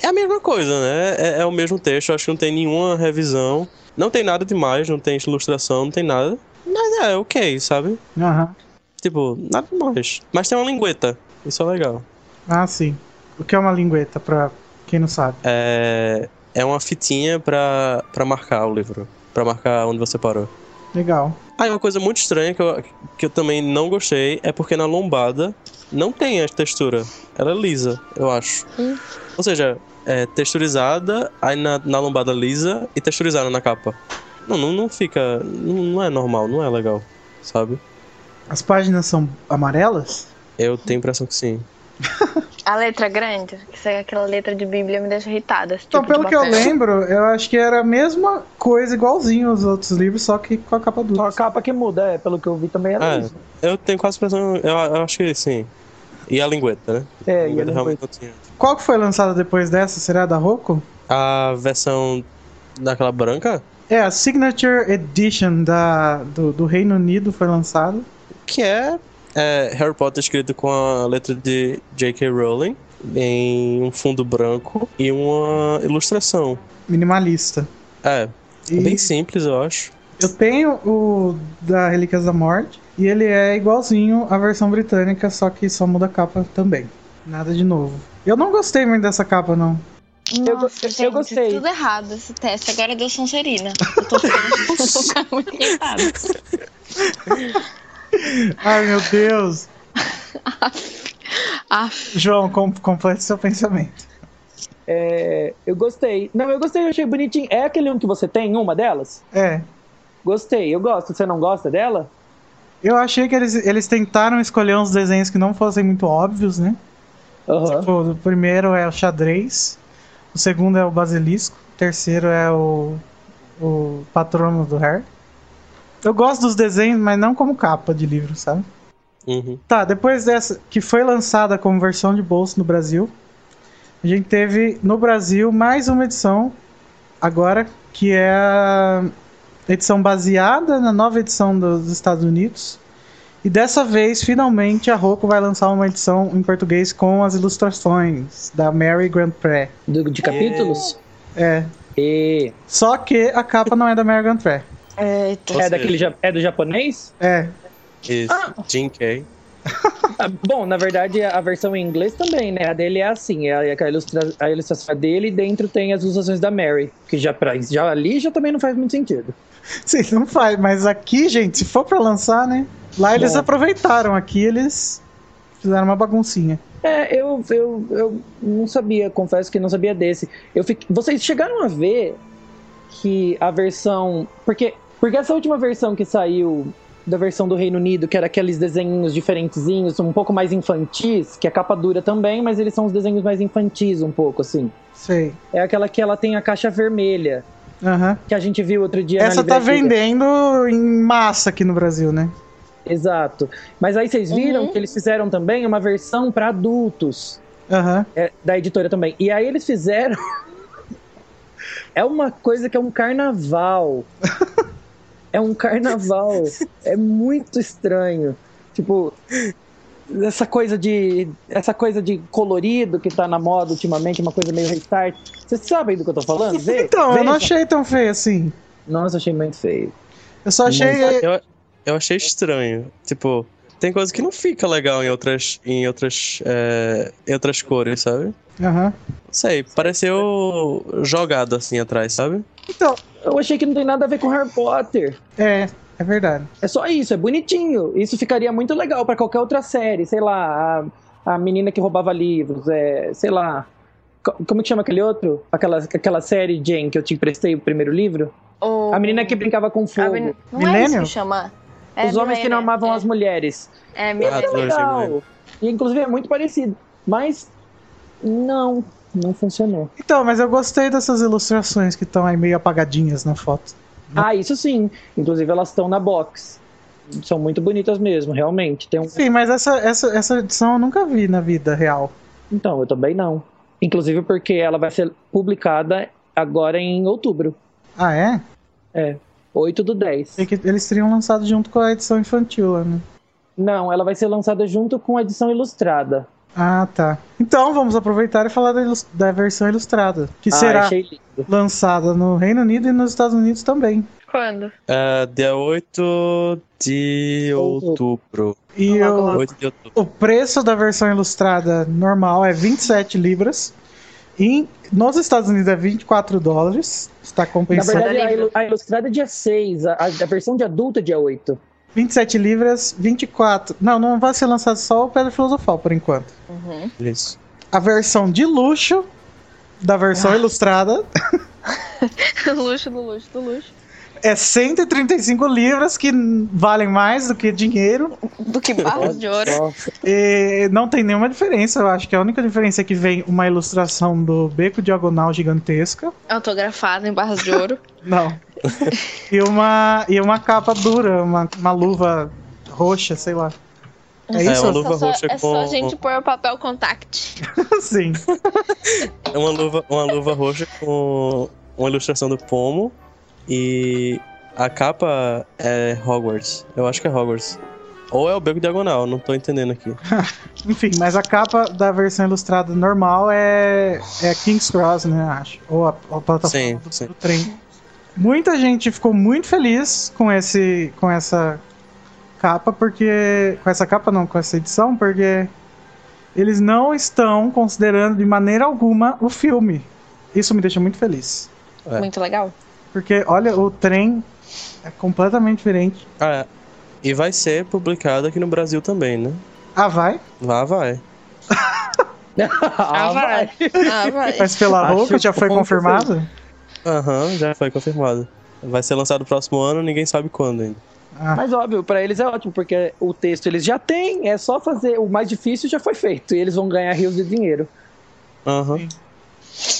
C: é a mesma coisa, né? É, é o mesmo texto, acho que não tem nenhuma revisão. Não tem nada demais, não tem ilustração, não tem nada. Mas é ok, sabe?
A: Aham.
C: Tipo, nada demais. Mas tem uma lingueta, isso é legal.
A: Ah, sim. O que é uma lingueta, pra quem não sabe?
C: É, é uma fitinha pra, pra marcar o livro. Pra marcar onde você parou.
A: Legal.
C: Ah, e uma coisa muito estranha que eu, que eu também não gostei é porque na lombada não tem a textura. Ela é lisa, eu acho. Ou seja, é texturizada, aí na, na lombada lisa e texturizada na capa. Não, não, não fica. Não, não é normal, não é legal, sabe?
A: As páginas são amarelas?
C: Eu tenho a impressão que sim.
B: A letra grande, que é aquela letra de Bíblia me deixa irritada. esse
A: Então,
B: tipo de
A: pelo que eu
B: papel.
A: lembro, eu acho que era a mesma coisa, igualzinho aos outros livros, só que com a capa
D: Só a
A: dupla.
D: capa que muda, é, pelo que eu vi também era
C: Ah,
D: isso.
C: Eu tenho quase a impressão, eu, eu acho que sim. E a lingueta, né?
D: É,
C: a
D: e
C: lingueta
D: ele
C: realmente não tinha.
A: Qual que foi lançada depois dessa? Será a da Roku?
C: A versão daquela branca,
A: É, a Signature Edition da, do, do Reino Unido foi lançada.
C: que é, é, Harry Potter escrito com a letra de J.K. Rowling em um fundo branco e uma ilustração.
A: Minimalista.
C: É,
A: E
C: bem simples, eu acho.
A: eu tenho o da Relíquias da Morte e ele é igualzinho à versão britânica, só que só muda a capa também. Nada de novo. Eu não gostei muito dessa capa, não.
B: Nossa,
D: Eu go- eu
B: gente,
D: gostei.
B: Tudo errado esse teste. Agora deu Sonserina. Eu tô ficando muito irritada.
A: Ai, meu Deus.
B: Aff,
A: João, com, complete seu pensamento.
D: É, eu gostei. Não, eu gostei, eu achei bonitinho. É aquele um que você tem, uma delas?
A: É,
D: Gostei, eu gosto. Você não gosta dela?
A: eu achei que eles, eles tentaram escolher uns desenhos que não fossem muito óbvios, né?
D: Aham.
A: Tipo, o primeiro é o xadrez, o segundo é o basilisco, o terceiro é o, o patrono do Harry. Eu gosto dos desenhos, mas não como capa de livro, sabe?
C: Uhum.
A: Tá, depois dessa, que foi lançada como versão de bolso no Brasil, a gente teve no Brasil mais uma edição, agora, que é a edição baseada na nova edição dos Estados Unidos. E dessa vez, finalmente, a Roku vai lançar uma edição em português com as ilustrações da Mary Grand Pré.
D: Do- De capítulos?
A: É.
D: E...
A: Só que a capa não é da Mary Grand Pré.
B: eita.
C: Ou
D: É,
C: seja,
D: daquele, ja- é do japonês?
A: É.
C: Isso, Jim Kay.
D: Ah, bom, na verdade, a a versão em inglês também, né? A dele é assim, é a, a ilustra- a ilustração é dele e dentro tem as ilustrações da Mary, que já, pra, já ali já também não faz muito sentido.
A: Sim, não faz. Mas aqui, gente, se for pra lançar, né? Lá eles
D: É.
A: aproveitaram, aqui eles fizeram uma baguncinha.
D: É, eu, eu, eu não sabia, confesso que não sabia desse. Eu fiquei, vocês chegaram a ver que a versão. Porque, porque essa última versão que saiu da versão do Reino Unido, que era aqueles desenhinhos diferentezinhos, um pouco mais infantis, que a capa dura também, mas eles são os desenhos mais infantis um pouco, assim.
A: Sei.
D: É aquela que ela tem a caixa vermelha,
A: Aham.
D: que a gente viu outro dia na
A: Essa tá
D: Livraria Giga.
A: vendendo em massa aqui no Brasil, né?
D: Exato. Mas aí vocês viram
B: Uhum.
D: que eles fizeram também uma versão para adultos.
A: Aham.
D: É, da editora também. E aí eles fizeram. é uma coisa que é um carnaval. é um carnaval. É muito estranho. Tipo, essa coisa de. Essa coisa de colorido que tá na moda ultimamente, uma coisa meio restart. Vocês sabem do que eu tô falando? Vê,
A: Então, eu não
D: vejam.
A: achei tão feio assim.
D: Nossa, achei muito feio.
A: Eu só achei.
C: Eu, eu achei estranho. Tipo, tem coisa que não fica legal em outras, em outras, é, em outras cores, sabe? Não
A: Aham.
C: sei, pareceu jogado assim atrás, sabe?
A: Então,
D: Eu achei que não tem nada a ver com Harry Potter.
A: é, é verdade.
D: É só isso, é bonitinho. Isso ficaria muito legal pra qualquer outra série, sei lá, a, a menina que roubava livros, é, sei lá. co- Como que chama aquele outro? Aquela, aquela série, Jane, que eu te emprestei o primeiro livro?
B: O-
D: A menina que brincava com
B: A
D: fogo.
B: men- Não é isso
A: Millennium?
B: que chama. É
D: Os homens que não
B: Millennium,
D: amavam
B: é,
D: as mulheres.
B: É, Millennium.
C: Ah, Não, achei
D: Legal. E inclusive é muito parecido. Mas não, não funcionou.
A: Então, mas eu gostei dessas ilustrações que estão aí meio apagadinhas na foto.
D: Ah, isso sim. Inclusive elas estão na box. São muito bonitas mesmo, realmente. Tem um
A: Sim, mas essa, essa, essa edição eu nunca vi na vida real.
D: Então, eu também não. Inclusive porque ela vai ser publicada agora em outubro,
A: Ah, é?
D: 8 do 10.
A: Sei que eles teriam lançado junto com a edição infantil lá, né?
D: Não, ela vai ser lançada junto com a edição ilustrada.
A: Ah, tá. Então vamos aproveitar e falar da, ilus- da versão ilustrada, que
D: Ah,
A: será
D: achei lindo.
A: lançada no Reino Unido e nos Estados Unidos também.
B: Quando?
C: É, dia 8 de outubro.
A: E
B: Logo,
A: eu,
B: logo.
C: 8 de outubro.
A: O preço da versão ilustrada normal é 27 libras. E nos Estados Unidos é 24 dólares. Está
D: Na
A: compensando.
D: verdade, a, ilu- a ilustrada é dia 6, a, a versão de adulto é dia 8.
A: 27 libras, 24. Não, não vai ser lançado só o Pedra Filosofal por enquanto.
B: Uhum.
C: Isso.
A: A versão de luxo da
D: Ah.
A: versão ilustrada
B: luxo do luxo do luxo.
A: é 135 livras, que valem mais do que dinheiro.
B: Do que barras de ouro.
D: Nossa.
A: E não tem nenhuma diferença, eu acho que a única diferença é que vem uma ilustração do beco diagonal gigantesca.
B: Autografado em barras de ouro.
A: Não. e, uma, e uma capa dura, uma, uma luva roxa, sei lá. É
C: É,
A: isso?
C: uma luva
B: é só,
C: roxa
B: é
C: com-
B: só a gente pôr o papel contact.
A: Sim.
C: É uma luva, uma luva roxa com uma ilustração do pomo e a capa é Hogwarts. Eu acho que é Hogwarts. Ou é o beco diagonal, não tô entendendo aqui.
A: Enfim, mas a capa da versão ilustrada normal é, é King's Cross, né? Acho. Ou a, a plataforma
C: Sim,
A: do,
C: sim.
A: do trem. Muita gente ficou muito feliz com esse, com essa capa, porque com essa capa não, com essa edição, porque eles não estão considerando de maneira alguma o filme. Isso me deixa muito feliz,
C: É.
B: Muito legal.
A: porque olha, o trem é completamente diferente.
C: Ah, é. E vai ser publicado aqui no Brasil também, né?
A: Ah, vai?
C: Lá vai.
D: Ah, vai.
B: Ah, vai.
A: Mas pela
D: Acho
A: roupa já foi
D: bom que
A: confirmado?
C: Aham, já foi confirmado. Vai ser lançado no próximo ano, ninguém sabe quando ainda.
A: Ah,
D: Mas óbvio, pra eles é ótimo, porque o texto eles já têm, é só fazer. O mais difícil já foi feito e eles vão ganhar rios de dinheiro.
C: Aham.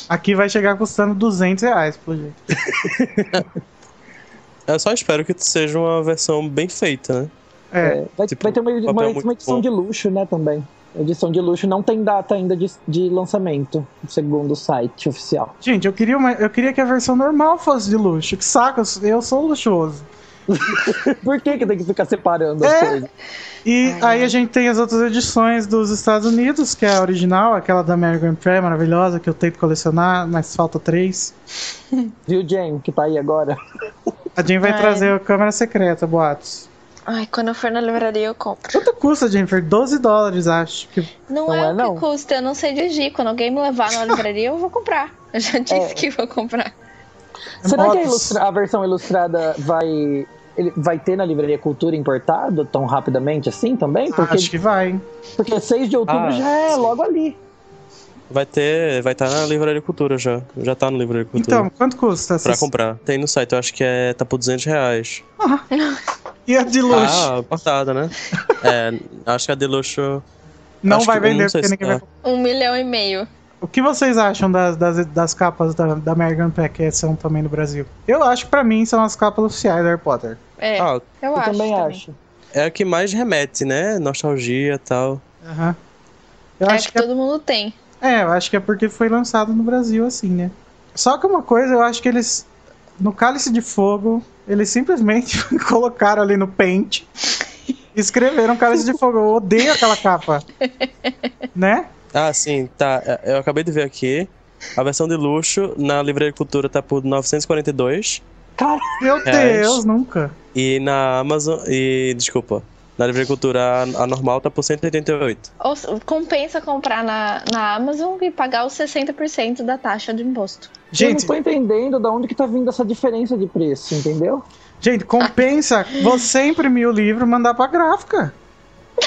A: aqui vai chegar custando 200 reais, pelo jeito.
C: Eu só espero que seja uma versão bem feita, né?
A: É,
D: É, vai,
C: Tipo,
D: vai ter uma,
C: papel
D: uma-
C: muito
D: uma edição
C: bom.
D: de luxo, né, também. Edição de luxo não tem data ainda de, de lançamento, segundo o site oficial.
A: Gente, eu queria, uma- eu queria que a versão normal fosse de luxo. Que saco, eu sou luxuoso.
D: Por que, que tem que ficar separando as
A: É.
D: coisas?
A: E aí a gente tem as outras edições dos Estados Unidos, que é a original, aquela da Mary Grand Prix maravilhosa, que eu tento colecionar, mas falta três.
D: Viu, Jane, que tá aí agora?
A: A Jane vai
B: Ah, é.
A: trazer a câmera secreta, boatos.
B: Ai, quando eu for na livraria eu compro.
A: Quanto custa, Jennifer? 12 dólares, acho. Que...
B: Não,
D: Não
B: é,
D: é,
B: o que
D: não.
B: custa, eu não sei dirigir. Quando alguém me levar na livraria, eu vou comprar. Eu já disse
D: É.
B: que vou comprar.
D: Será que a,
A: Motos.
D: ilustra- a versão ilustrada vai. ele- vai ter na Livraria Cultura importado tão rapidamente assim também? Porque,
A: Acho que vai, hein?
D: porque 6 de outubro
C: Ah,
D: já é
C: sim.
D: logo ali.
C: Vai ter. Vai estar na Livraria Cultura já. Já tá na Livraria Cultura.
A: Então, quanto custa?
C: Pra
A: essas-
C: comprar. Tem no site, eu acho que é. Tá por 200 reais.
A: E a de luxo?
C: Ah, portada, né? é, acho que a de luxo.
A: não
C: acho
A: vai
C: que- eu
A: vender,
C: não sei
A: porque
C: se
A: ninguém
C: tá.
A: vai comprar.
B: Um milhão e meio.
A: O que vocês acham das, das, das capas da, da Mary Grand Prix, que são também no Brasil? Eu acho que pra mim são as capas oficiais da Harry Potter.
B: É,
C: Ah,
B: eu,
D: Eu
B: acho.
D: também acho.
C: é a que mais remete, né? Nostalgia e tal.
A: Aham. Eu
B: É
A: acho
B: que
A: que é,
B: todo mundo tem.
A: é, eu acho que é porque foi lançado no Brasil assim, né? Só que uma coisa, eu acho que eles no Cálice de Fogo, eles simplesmente colocaram ali no Paint e escreveram Cálice de Fogo. Eu odeio aquela capa. né?
C: Ah, sim, tá. é, Eu acabei de ver aqui. A versão de luxo na Livraria Cultura tá por 942.
A: Meu
C: É,
A: Deus,
C: isso.
A: nunca.
C: E na Amazon. E. Desculpa. Na Livraria Cultura a, a normal tá por 188.
B: Ou se- compensa comprar na, na Amazon e pagar os 60% da taxa de imposto.
A: Gente,
D: Eu não tô entendendo da onde que tá vindo essa diferença de preço, entendeu?
A: gente, compensa você imprimir o livro e mandar pra gráfica.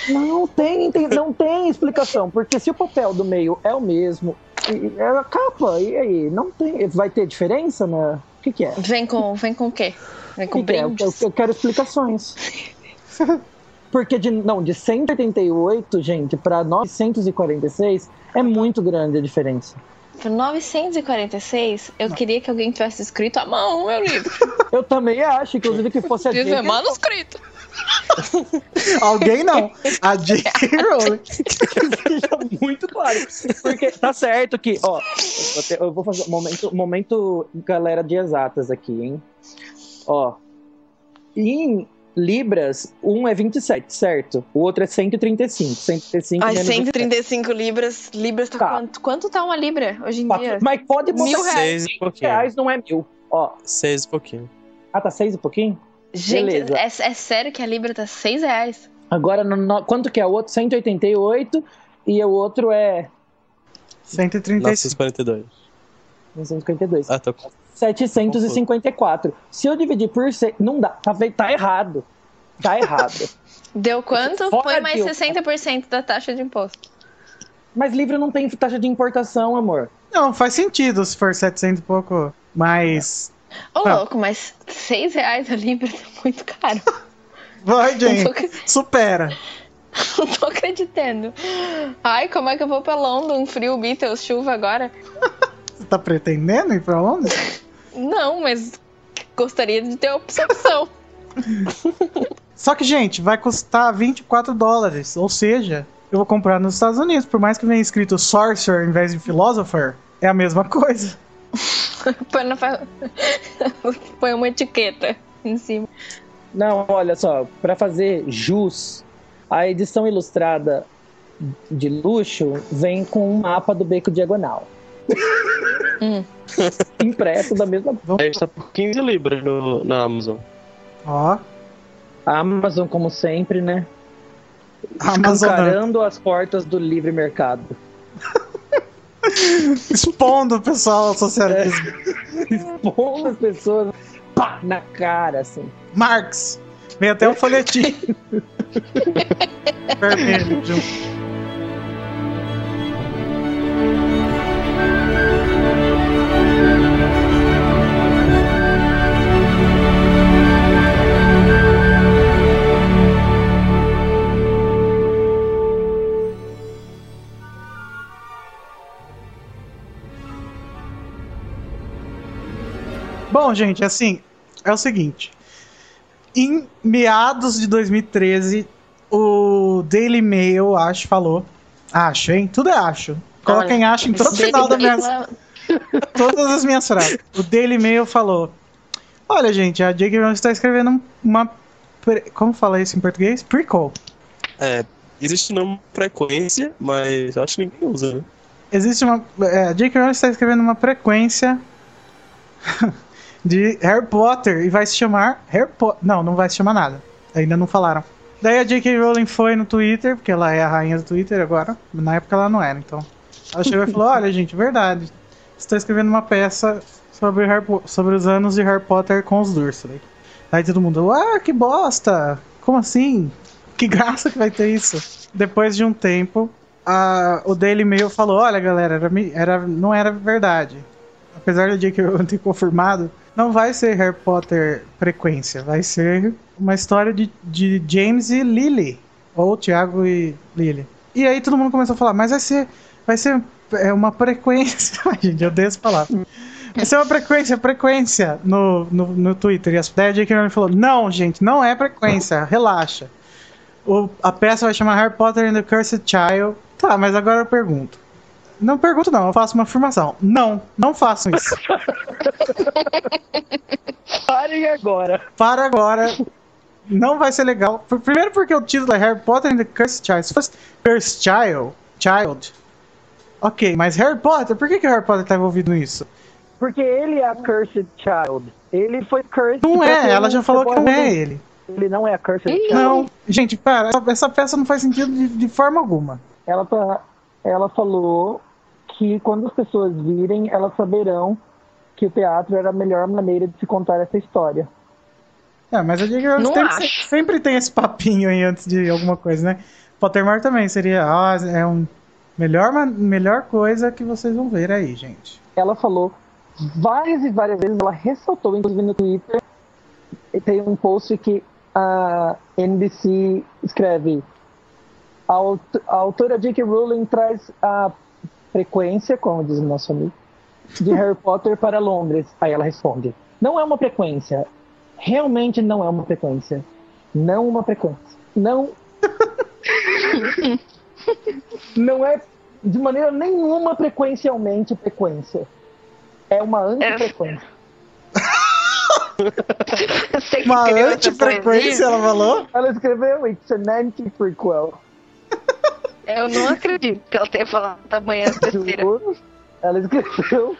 D: Não tem, enten- não tem explicação, porque se o papel do meio é o mesmo, e- e é a capa, e aí? Não tem. Vai ter diferença, né? O que, que é?
B: Vem com, vem com o quê? Vem com
D: O que que é? Eu, eu-
B: brindes.
D: eu quero explicações. Porque de, não, de 188, gente, pra 946 é muito grande a diferença.
B: Por 946, eu queria que alguém tivesse escrito à mão o meu livro.
D: Eu também acho, inclusive, que fosse a
B: Isso é
D: Jane.
B: manuscrito.
A: Alguém não. A J.K. Rowling.
D: seja muito claro. Porque tá certo que, ó, eu te- eu vou fazer momento, momento galera de exatas aqui, hein? Ó, em Libras, um é 27, certo? O outro é 135. 135
B: Ai,
D: menos
B: 135 libras. Libras tá,
D: Tá.
B: quanto? Quanto tá uma libra hoje em
D: 27.
B: dia?
D: Mas pode botar
B: é Mil reais.
C: Seis e pouquinho.
D: reais, não é mil. Ó,
C: Seis e pouquinho.
D: ah, tá seis e pouquinho?
B: Gente,
D: Beleza.
B: é, é sério que a libra tá 6 reais?
D: Agora, no, no- quanto que é o outro? 188 e o outro é
A: 135.
C: 942.
D: 152.
C: Ah, tô com.
D: 754. Se eu dividir por 6, não dá. Tá, fe- tá errado. Tá errado.
B: Deu quanto?
D: Fora
B: Foi mais
D: de-
B: 60% da taxa de imposto.
D: Mas livro não tem taxa de importação, amor.
A: Não, faz sentido se for 700 e pouco. Mas.
B: Ô,
A: Ah.
B: louco, mas 6 reais a libra tá muito caro.
A: Vai,
B: Não
A: gente.
B: tô, ac-
A: Supera.
B: não tô acreditando. Ai, como é que eu vou pra London? Frio, Beatles, chuva agora?
A: Você tá pretendendo ir pra Londres?
B: Não, mas gostaria de ter essa opção.
A: Só que, gente, vai custar 24 dólares. Ou seja, eu vou comprar nos Estados Unidos. Por mais que venha escrito Sorcerer em vez de Philosopher, é a mesma coisa.
B: Põe na fa- Põe uma etiqueta em cima.
D: Não, olha só, para fazer jus, a edição ilustrada de luxo vem com um mapa do beco diagonal.
B: Hum.
D: Impresso da mesma.
A: Vamos...
E: Aí está tá por 15 libras no, na Amazon.
A: Ó,
D: A Amazon, como sempre, né?
A: Amazon né?
D: Escancarando as portas do livre mercado.
A: expondo o pessoal ao socialismo.
D: Expondo as pessoas pá, na cara, assim.
A: Marx. Vem até um folhetim. Vermelho. junto. Bom, gente, assim, é o seguinte. Em meados de 2013, o Daily Mail, acho, falou. Acho, hein? Tudo é acho. Coloca
B: Olha,
A: em acho em todo Então, final da minha, todas as minhas frases. O Daily Mail falou: Olha, gente, a J.K. Rowling está escrevendo uma. pre- Como fala isso em português? Prequel.
C: É, existe nome frequência, mas eu acho que ninguém usa, né?
A: Existe uma. É, a J.K. Rowling está escrevendo uma frequência de Harry Potter e vai se chamar Harry Potter. Não, não vai se chamar nada. Ainda não falaram. Daí a J.K. Rowling foi no Twitter, porque ela é a rainha do Twitter agora. Na época ela não era, então. Ela chegou e falou: Olha, gente, verdade. Você está escrevendo uma peça sobre, Harry Po- sobre os anos de Harry Potter com os Dursley. Aí todo mundo, ah, que bosta! Como assim? Que graça que vai ter isso? Depois de um tempo, a- o Daily Mail falou: olha, galera, era mi- era- não era verdade. Apesar do dia que eu ter confirmado, não vai ser Harry Potter frequência, vai ser uma história de, de James e Lily. Ou Tiago e Lily. E aí todo mundo começou a falar, mas vai ser. Vai ser é, uma frequência. Ai, gente, eu odeio essa palavra. Vai ser uma frequência, frequência no, no, no Twitter. E as- daí a J.K. Rowling falou: não, gente, não é frequência, relaxa. O- a peça vai chamar Harry Potter and the Cursed Child. Tá, mas agora eu pergunto. Não pergunto, não, eu faço uma afirmação. Não, não façam isso.
D: Parem agora.
A: Para agora. Não vai ser legal. Por- Primeiro porque o título é Harry Potter and the Cursed Child. Se fosse Cursed Child, Child. Ok, mas Harry Potter, por que, que o Harry Potter tá envolvido nisso?
D: Porque ele é a Cursed Child. Ele foi Cursed.
A: Não
D: porque
A: é, ela já
D: ele
A: falou que não
D: foi
A: é ele.
D: Ele não é a Cursed
B: Ih.
D: Child.
A: Não, gente, para, essa- essa peça não faz sentido de, de forma alguma.
D: Ela, fa- ela falou que quando as pessoas virem, elas saberão que o teatro era a melhor maneira de se contar essa história.
A: É, mas eu digo que
B: Não
A: tem-
B: acho.
A: sempre tem esse papinho aí antes de alguma coisa, né? Pottermore também seria, ah, é um melhor ma- melhor coisa que vocês vão ver aí, gente.
D: Ela falou várias e várias vezes, ela ressaltou, inclusive no Twitter, e tem um post que a NBC escreve a, aut- a autora J.K. Rowling traz a frequência, como diz o nosso amigo, de Harry Potter para Londres. Aí ela responde, não é uma frequência. Realmente não é uma frequência. Não uma frequência. Não... não é de maneira nenhuma frequencialmente frequência. É uma antifrequência.
B: Você que
A: Uma
B: criou essa
A: antifrequência,
B: poesia?
A: ela falou?
D: Ela escreveu It's an anti-prequel.
B: Eu não acredito que ela tenha falado tamanha besteira.
D: Juro. Ela escreveu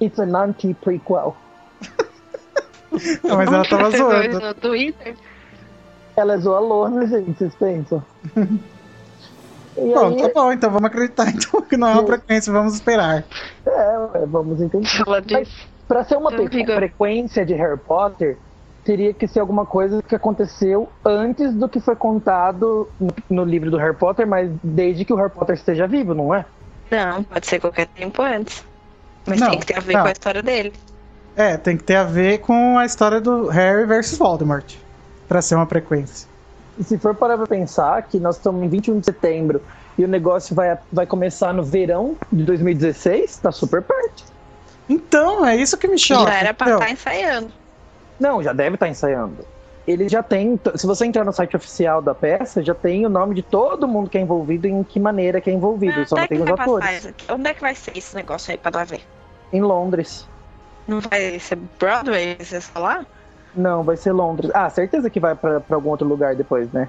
D: It's an anti-prequel.
A: Não, mas ela tava
B: Você viu isso
A: zoando.
B: No Twitter?
D: Ela zoa Lorna, gente, vocês pensam? E
A: Bom,
D: aí,
A: tá bom, então vamos acreditar então que não é uma
D: Eu-
A: frequência, vamos esperar.
D: é, vamos entender.
B: Ela disse.
D: Pra ser uma
B: Eu
D: fre-
B: fico-
D: frequência de Harry Potter, teria que ser alguma coisa que aconteceu antes do que foi contado no- no livro do Harry Potter, mas desde que o Harry Potter esteja vivo, não é?
B: Não, pode ser qualquer tempo antes.
F: Mas
A: Não,
F: tem que ter a ver
A: não.
F: com a história dele.
A: É, tem que ter a ver com a história do Harry versus Voldemort. Pra ser uma frequência.
D: E se for parar pra pensar que nós estamos em 21 de setembro e o negócio vai, vai começar no verão de 2016, tá super perto.
A: Então, é isso que me choca.
F: Já era pra
A: Então,
B: tá
F: estar ensaiando.
D: Não, já deve estar ensaiando. Ele já tem. t- Se você entrar no site oficial da peça, já tem o nome de todo mundo que é envolvido e em que maneira que é envolvido. Só
F: Onde
D: não
F: é que
D: tem os
F: vai
D: atores.
F: passar isso? Onde é que vai ser esse negócio aí pra nós ver?
D: Em Londres.
F: Não vai ser Broadway, você falar?
D: Não, vai ser Londres. Ah, certeza que vai pra, pra algum outro lugar depois, né?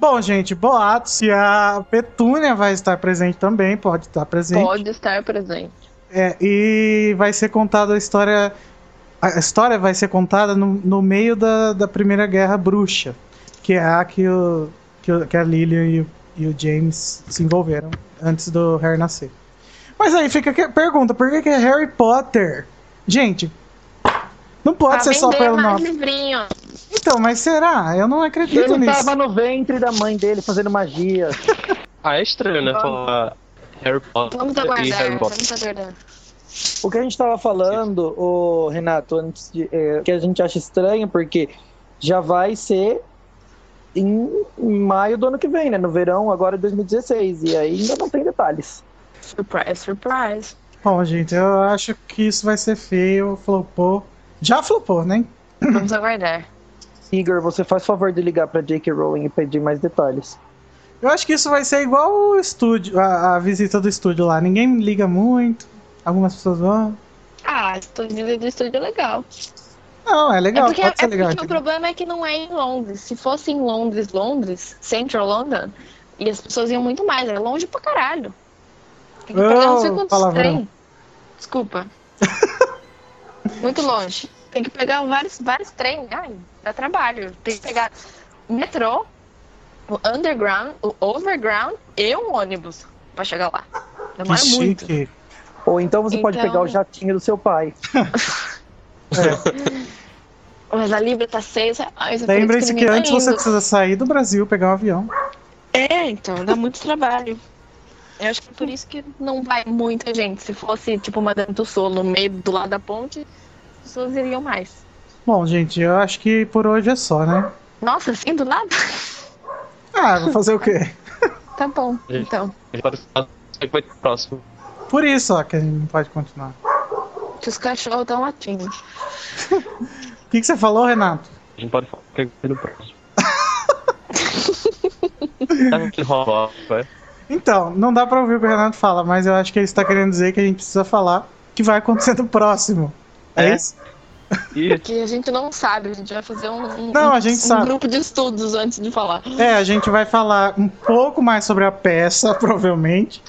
A: Bom, gente, boatos. E a Petúnia vai estar presente também, pode estar presente.
B: Pode estar presente.
A: É, e vai ser contada a história. A história vai ser contada no, no meio da, da Primeira Guerra Bruxa, que é a que, o, que, o- que a Lillian e o, e o James se envolveram antes do Harry nascer. Mas aí fica a pergunta: por que, que é Harry Potter? Gente, não
B: Ah,
A: pode
F: Pra
A: ser só
F: vender
A: pelo
F: mais
A: nome.
F: livrinho.
A: Então, mas será? Eu não acredito
D: Ele
A: nisso.
D: tava no ventre da mãe dele fazendo magia.
C: Ah, é estranho, né? Falar Harry Potter
F: Vamos
C: e
F: aguardar,
C: Harry Potter.
F: vamos aguardar.
D: O que a gente tava falando, o Renato, antes de, é, que a gente acha estranho, porque já vai ser em maio do ano que vem, né? No verão agora de 2016. E aí ainda não tem detalhes.
B: é
F: Surprise, surprise.
A: Bom, gente, eu acho que isso vai ser feio, flopou. Já flopou, né?
F: Vamos aguardar.
D: Igor, você faz favor de ligar pra J.K. Rowling e pedir mais detalhes.
A: Eu acho que isso vai ser igual o estúdio, a, a visita do estúdio lá. Ninguém liga muito, algumas pessoas vão.
B: Ah, estúdio do estúdio é legal.
A: Não, é legal,
F: é porque,
A: pode ser
F: é
A: legal.
F: porque o
A: entendeu?
F: problema é que não é em Londres. Se fosse em Londres, Londres, Central London, e as pessoas iam muito mais. É longe pra caralho. Tem que pegar
A: Oh,
F: uns segundos de
A: palavrão.
F: um trem. Desculpa. muito longe. Tem que pegar vários, vários trens. Ai, dá trabalho. Tem que pegar metrô, o underground, o overground e um ônibus pra chegar lá.
A: Que
F: Demora é muito.
A: chique.
D: Ou então você pode
F: Então-
D: pegar o jatinho do seu pai.
F: Mas a Libra tá seis reais. eu tô
A: Lembrem-se que antes você
F: discriminando.
A: precisa sair do Brasil, pegar um avião.
F: É, então, dá muito trabalho. Eu acho que é por isso que não vai muita gente. Se fosse, tipo, uma do Sol no meio do lado da ponte, as pessoas iriam mais.
A: Bom, gente, eu acho que por hoje é só, né?
F: Nossa, assim do lado?
A: Ah, vou fazer o quê?
F: Tá bom, então.
C: Ele pode falar que vai ter próximo.
A: Por isso, ó, que a gente não pode continuar.
F: Que os cachorros estão latindo.
A: O que, que você falou, Renato?
C: A gente pode falar que vai ter no próximo. Sabe aquele rola, vai?
A: Então, não dá pra ouvir o que o Renato fala, mas eu acho que ele está querendo dizer que a gente precisa falar o que vai acontecer no próximo. é
C: É?
A: isso?
C: E
F: Que a gente não sabe, a gente vai fazer um, um-
A: Não, a gente
F: um
A: sabe.
F: grupo de estudos antes de falar.
A: É, a gente vai falar um pouco mais sobre a peça, provavelmente.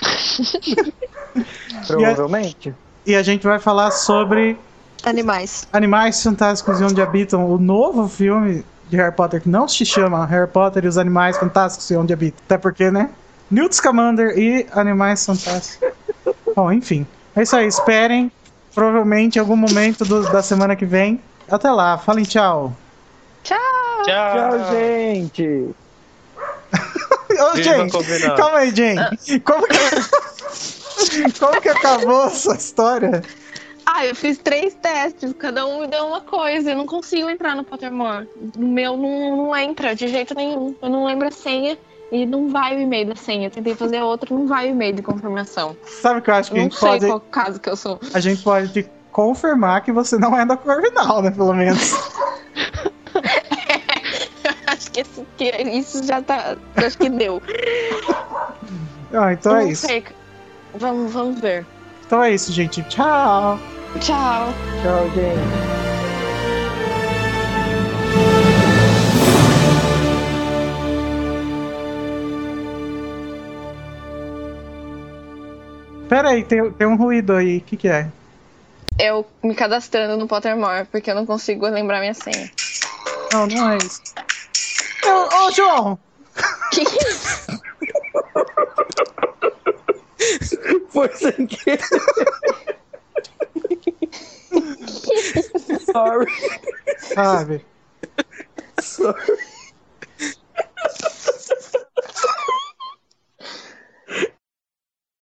D: Provavelmente.
A: E a gente vai falar sobre
F: Animais.
A: Animais Fantásticos e Onde Habitam, o novo filme de Harry Potter que não se chama Harry Potter e os Animais Fantásticos e Onde Habitam. Até porque, né? Newt Scamander e Animais Fantásticos. Bom, enfim. É isso aí. Esperem. Provavelmente em algum momento do- da semana que vem. Até lá. Falem tchau.
D: Ah,
C: Ah.
D: Tchau, gente!
A: Ô,
C: Viva
A: gente,
C: combinado.
A: calma aí, gente. Como que... Como que acabou essa história?
F: Ah, eu fiz três testes, cada um me deu uma coisa. Eu não consigo entrar no Pottermore. O meu não, não entra de jeito nenhum. Eu não lembro a senha e não vai o e-mail da senha. Eu tentei fazer outro, não vai o e-mail de confirmação.
A: Sabe o que eu acho que
F: Eu
A: a
F: não
A: gente
F: sei
A: pode...
F: qual caso que eu sou.
A: a gente pode te confirmar que você não é da Corvinal, né? Pelo menos.
F: Acho que, esse- que isso já tá. Acho que deu.
A: Ah, então é
F: não
A: isso.
F: sei. Vamos, vamos ver.
A: Então é isso, gente. Tchau.
F: Tchau.
D: Tchau, gente!
A: Pera aí, tem, tem um ruído aí. O que, que é?
F: Eu me cadastrando no Pottermore, porque eu não consigo lembrar minha senha.
A: Não, não é isso. Ô, ô, João!
F: Que que é
D: Foi sem querer. Sorry,
A: Sabe?
D: sorry.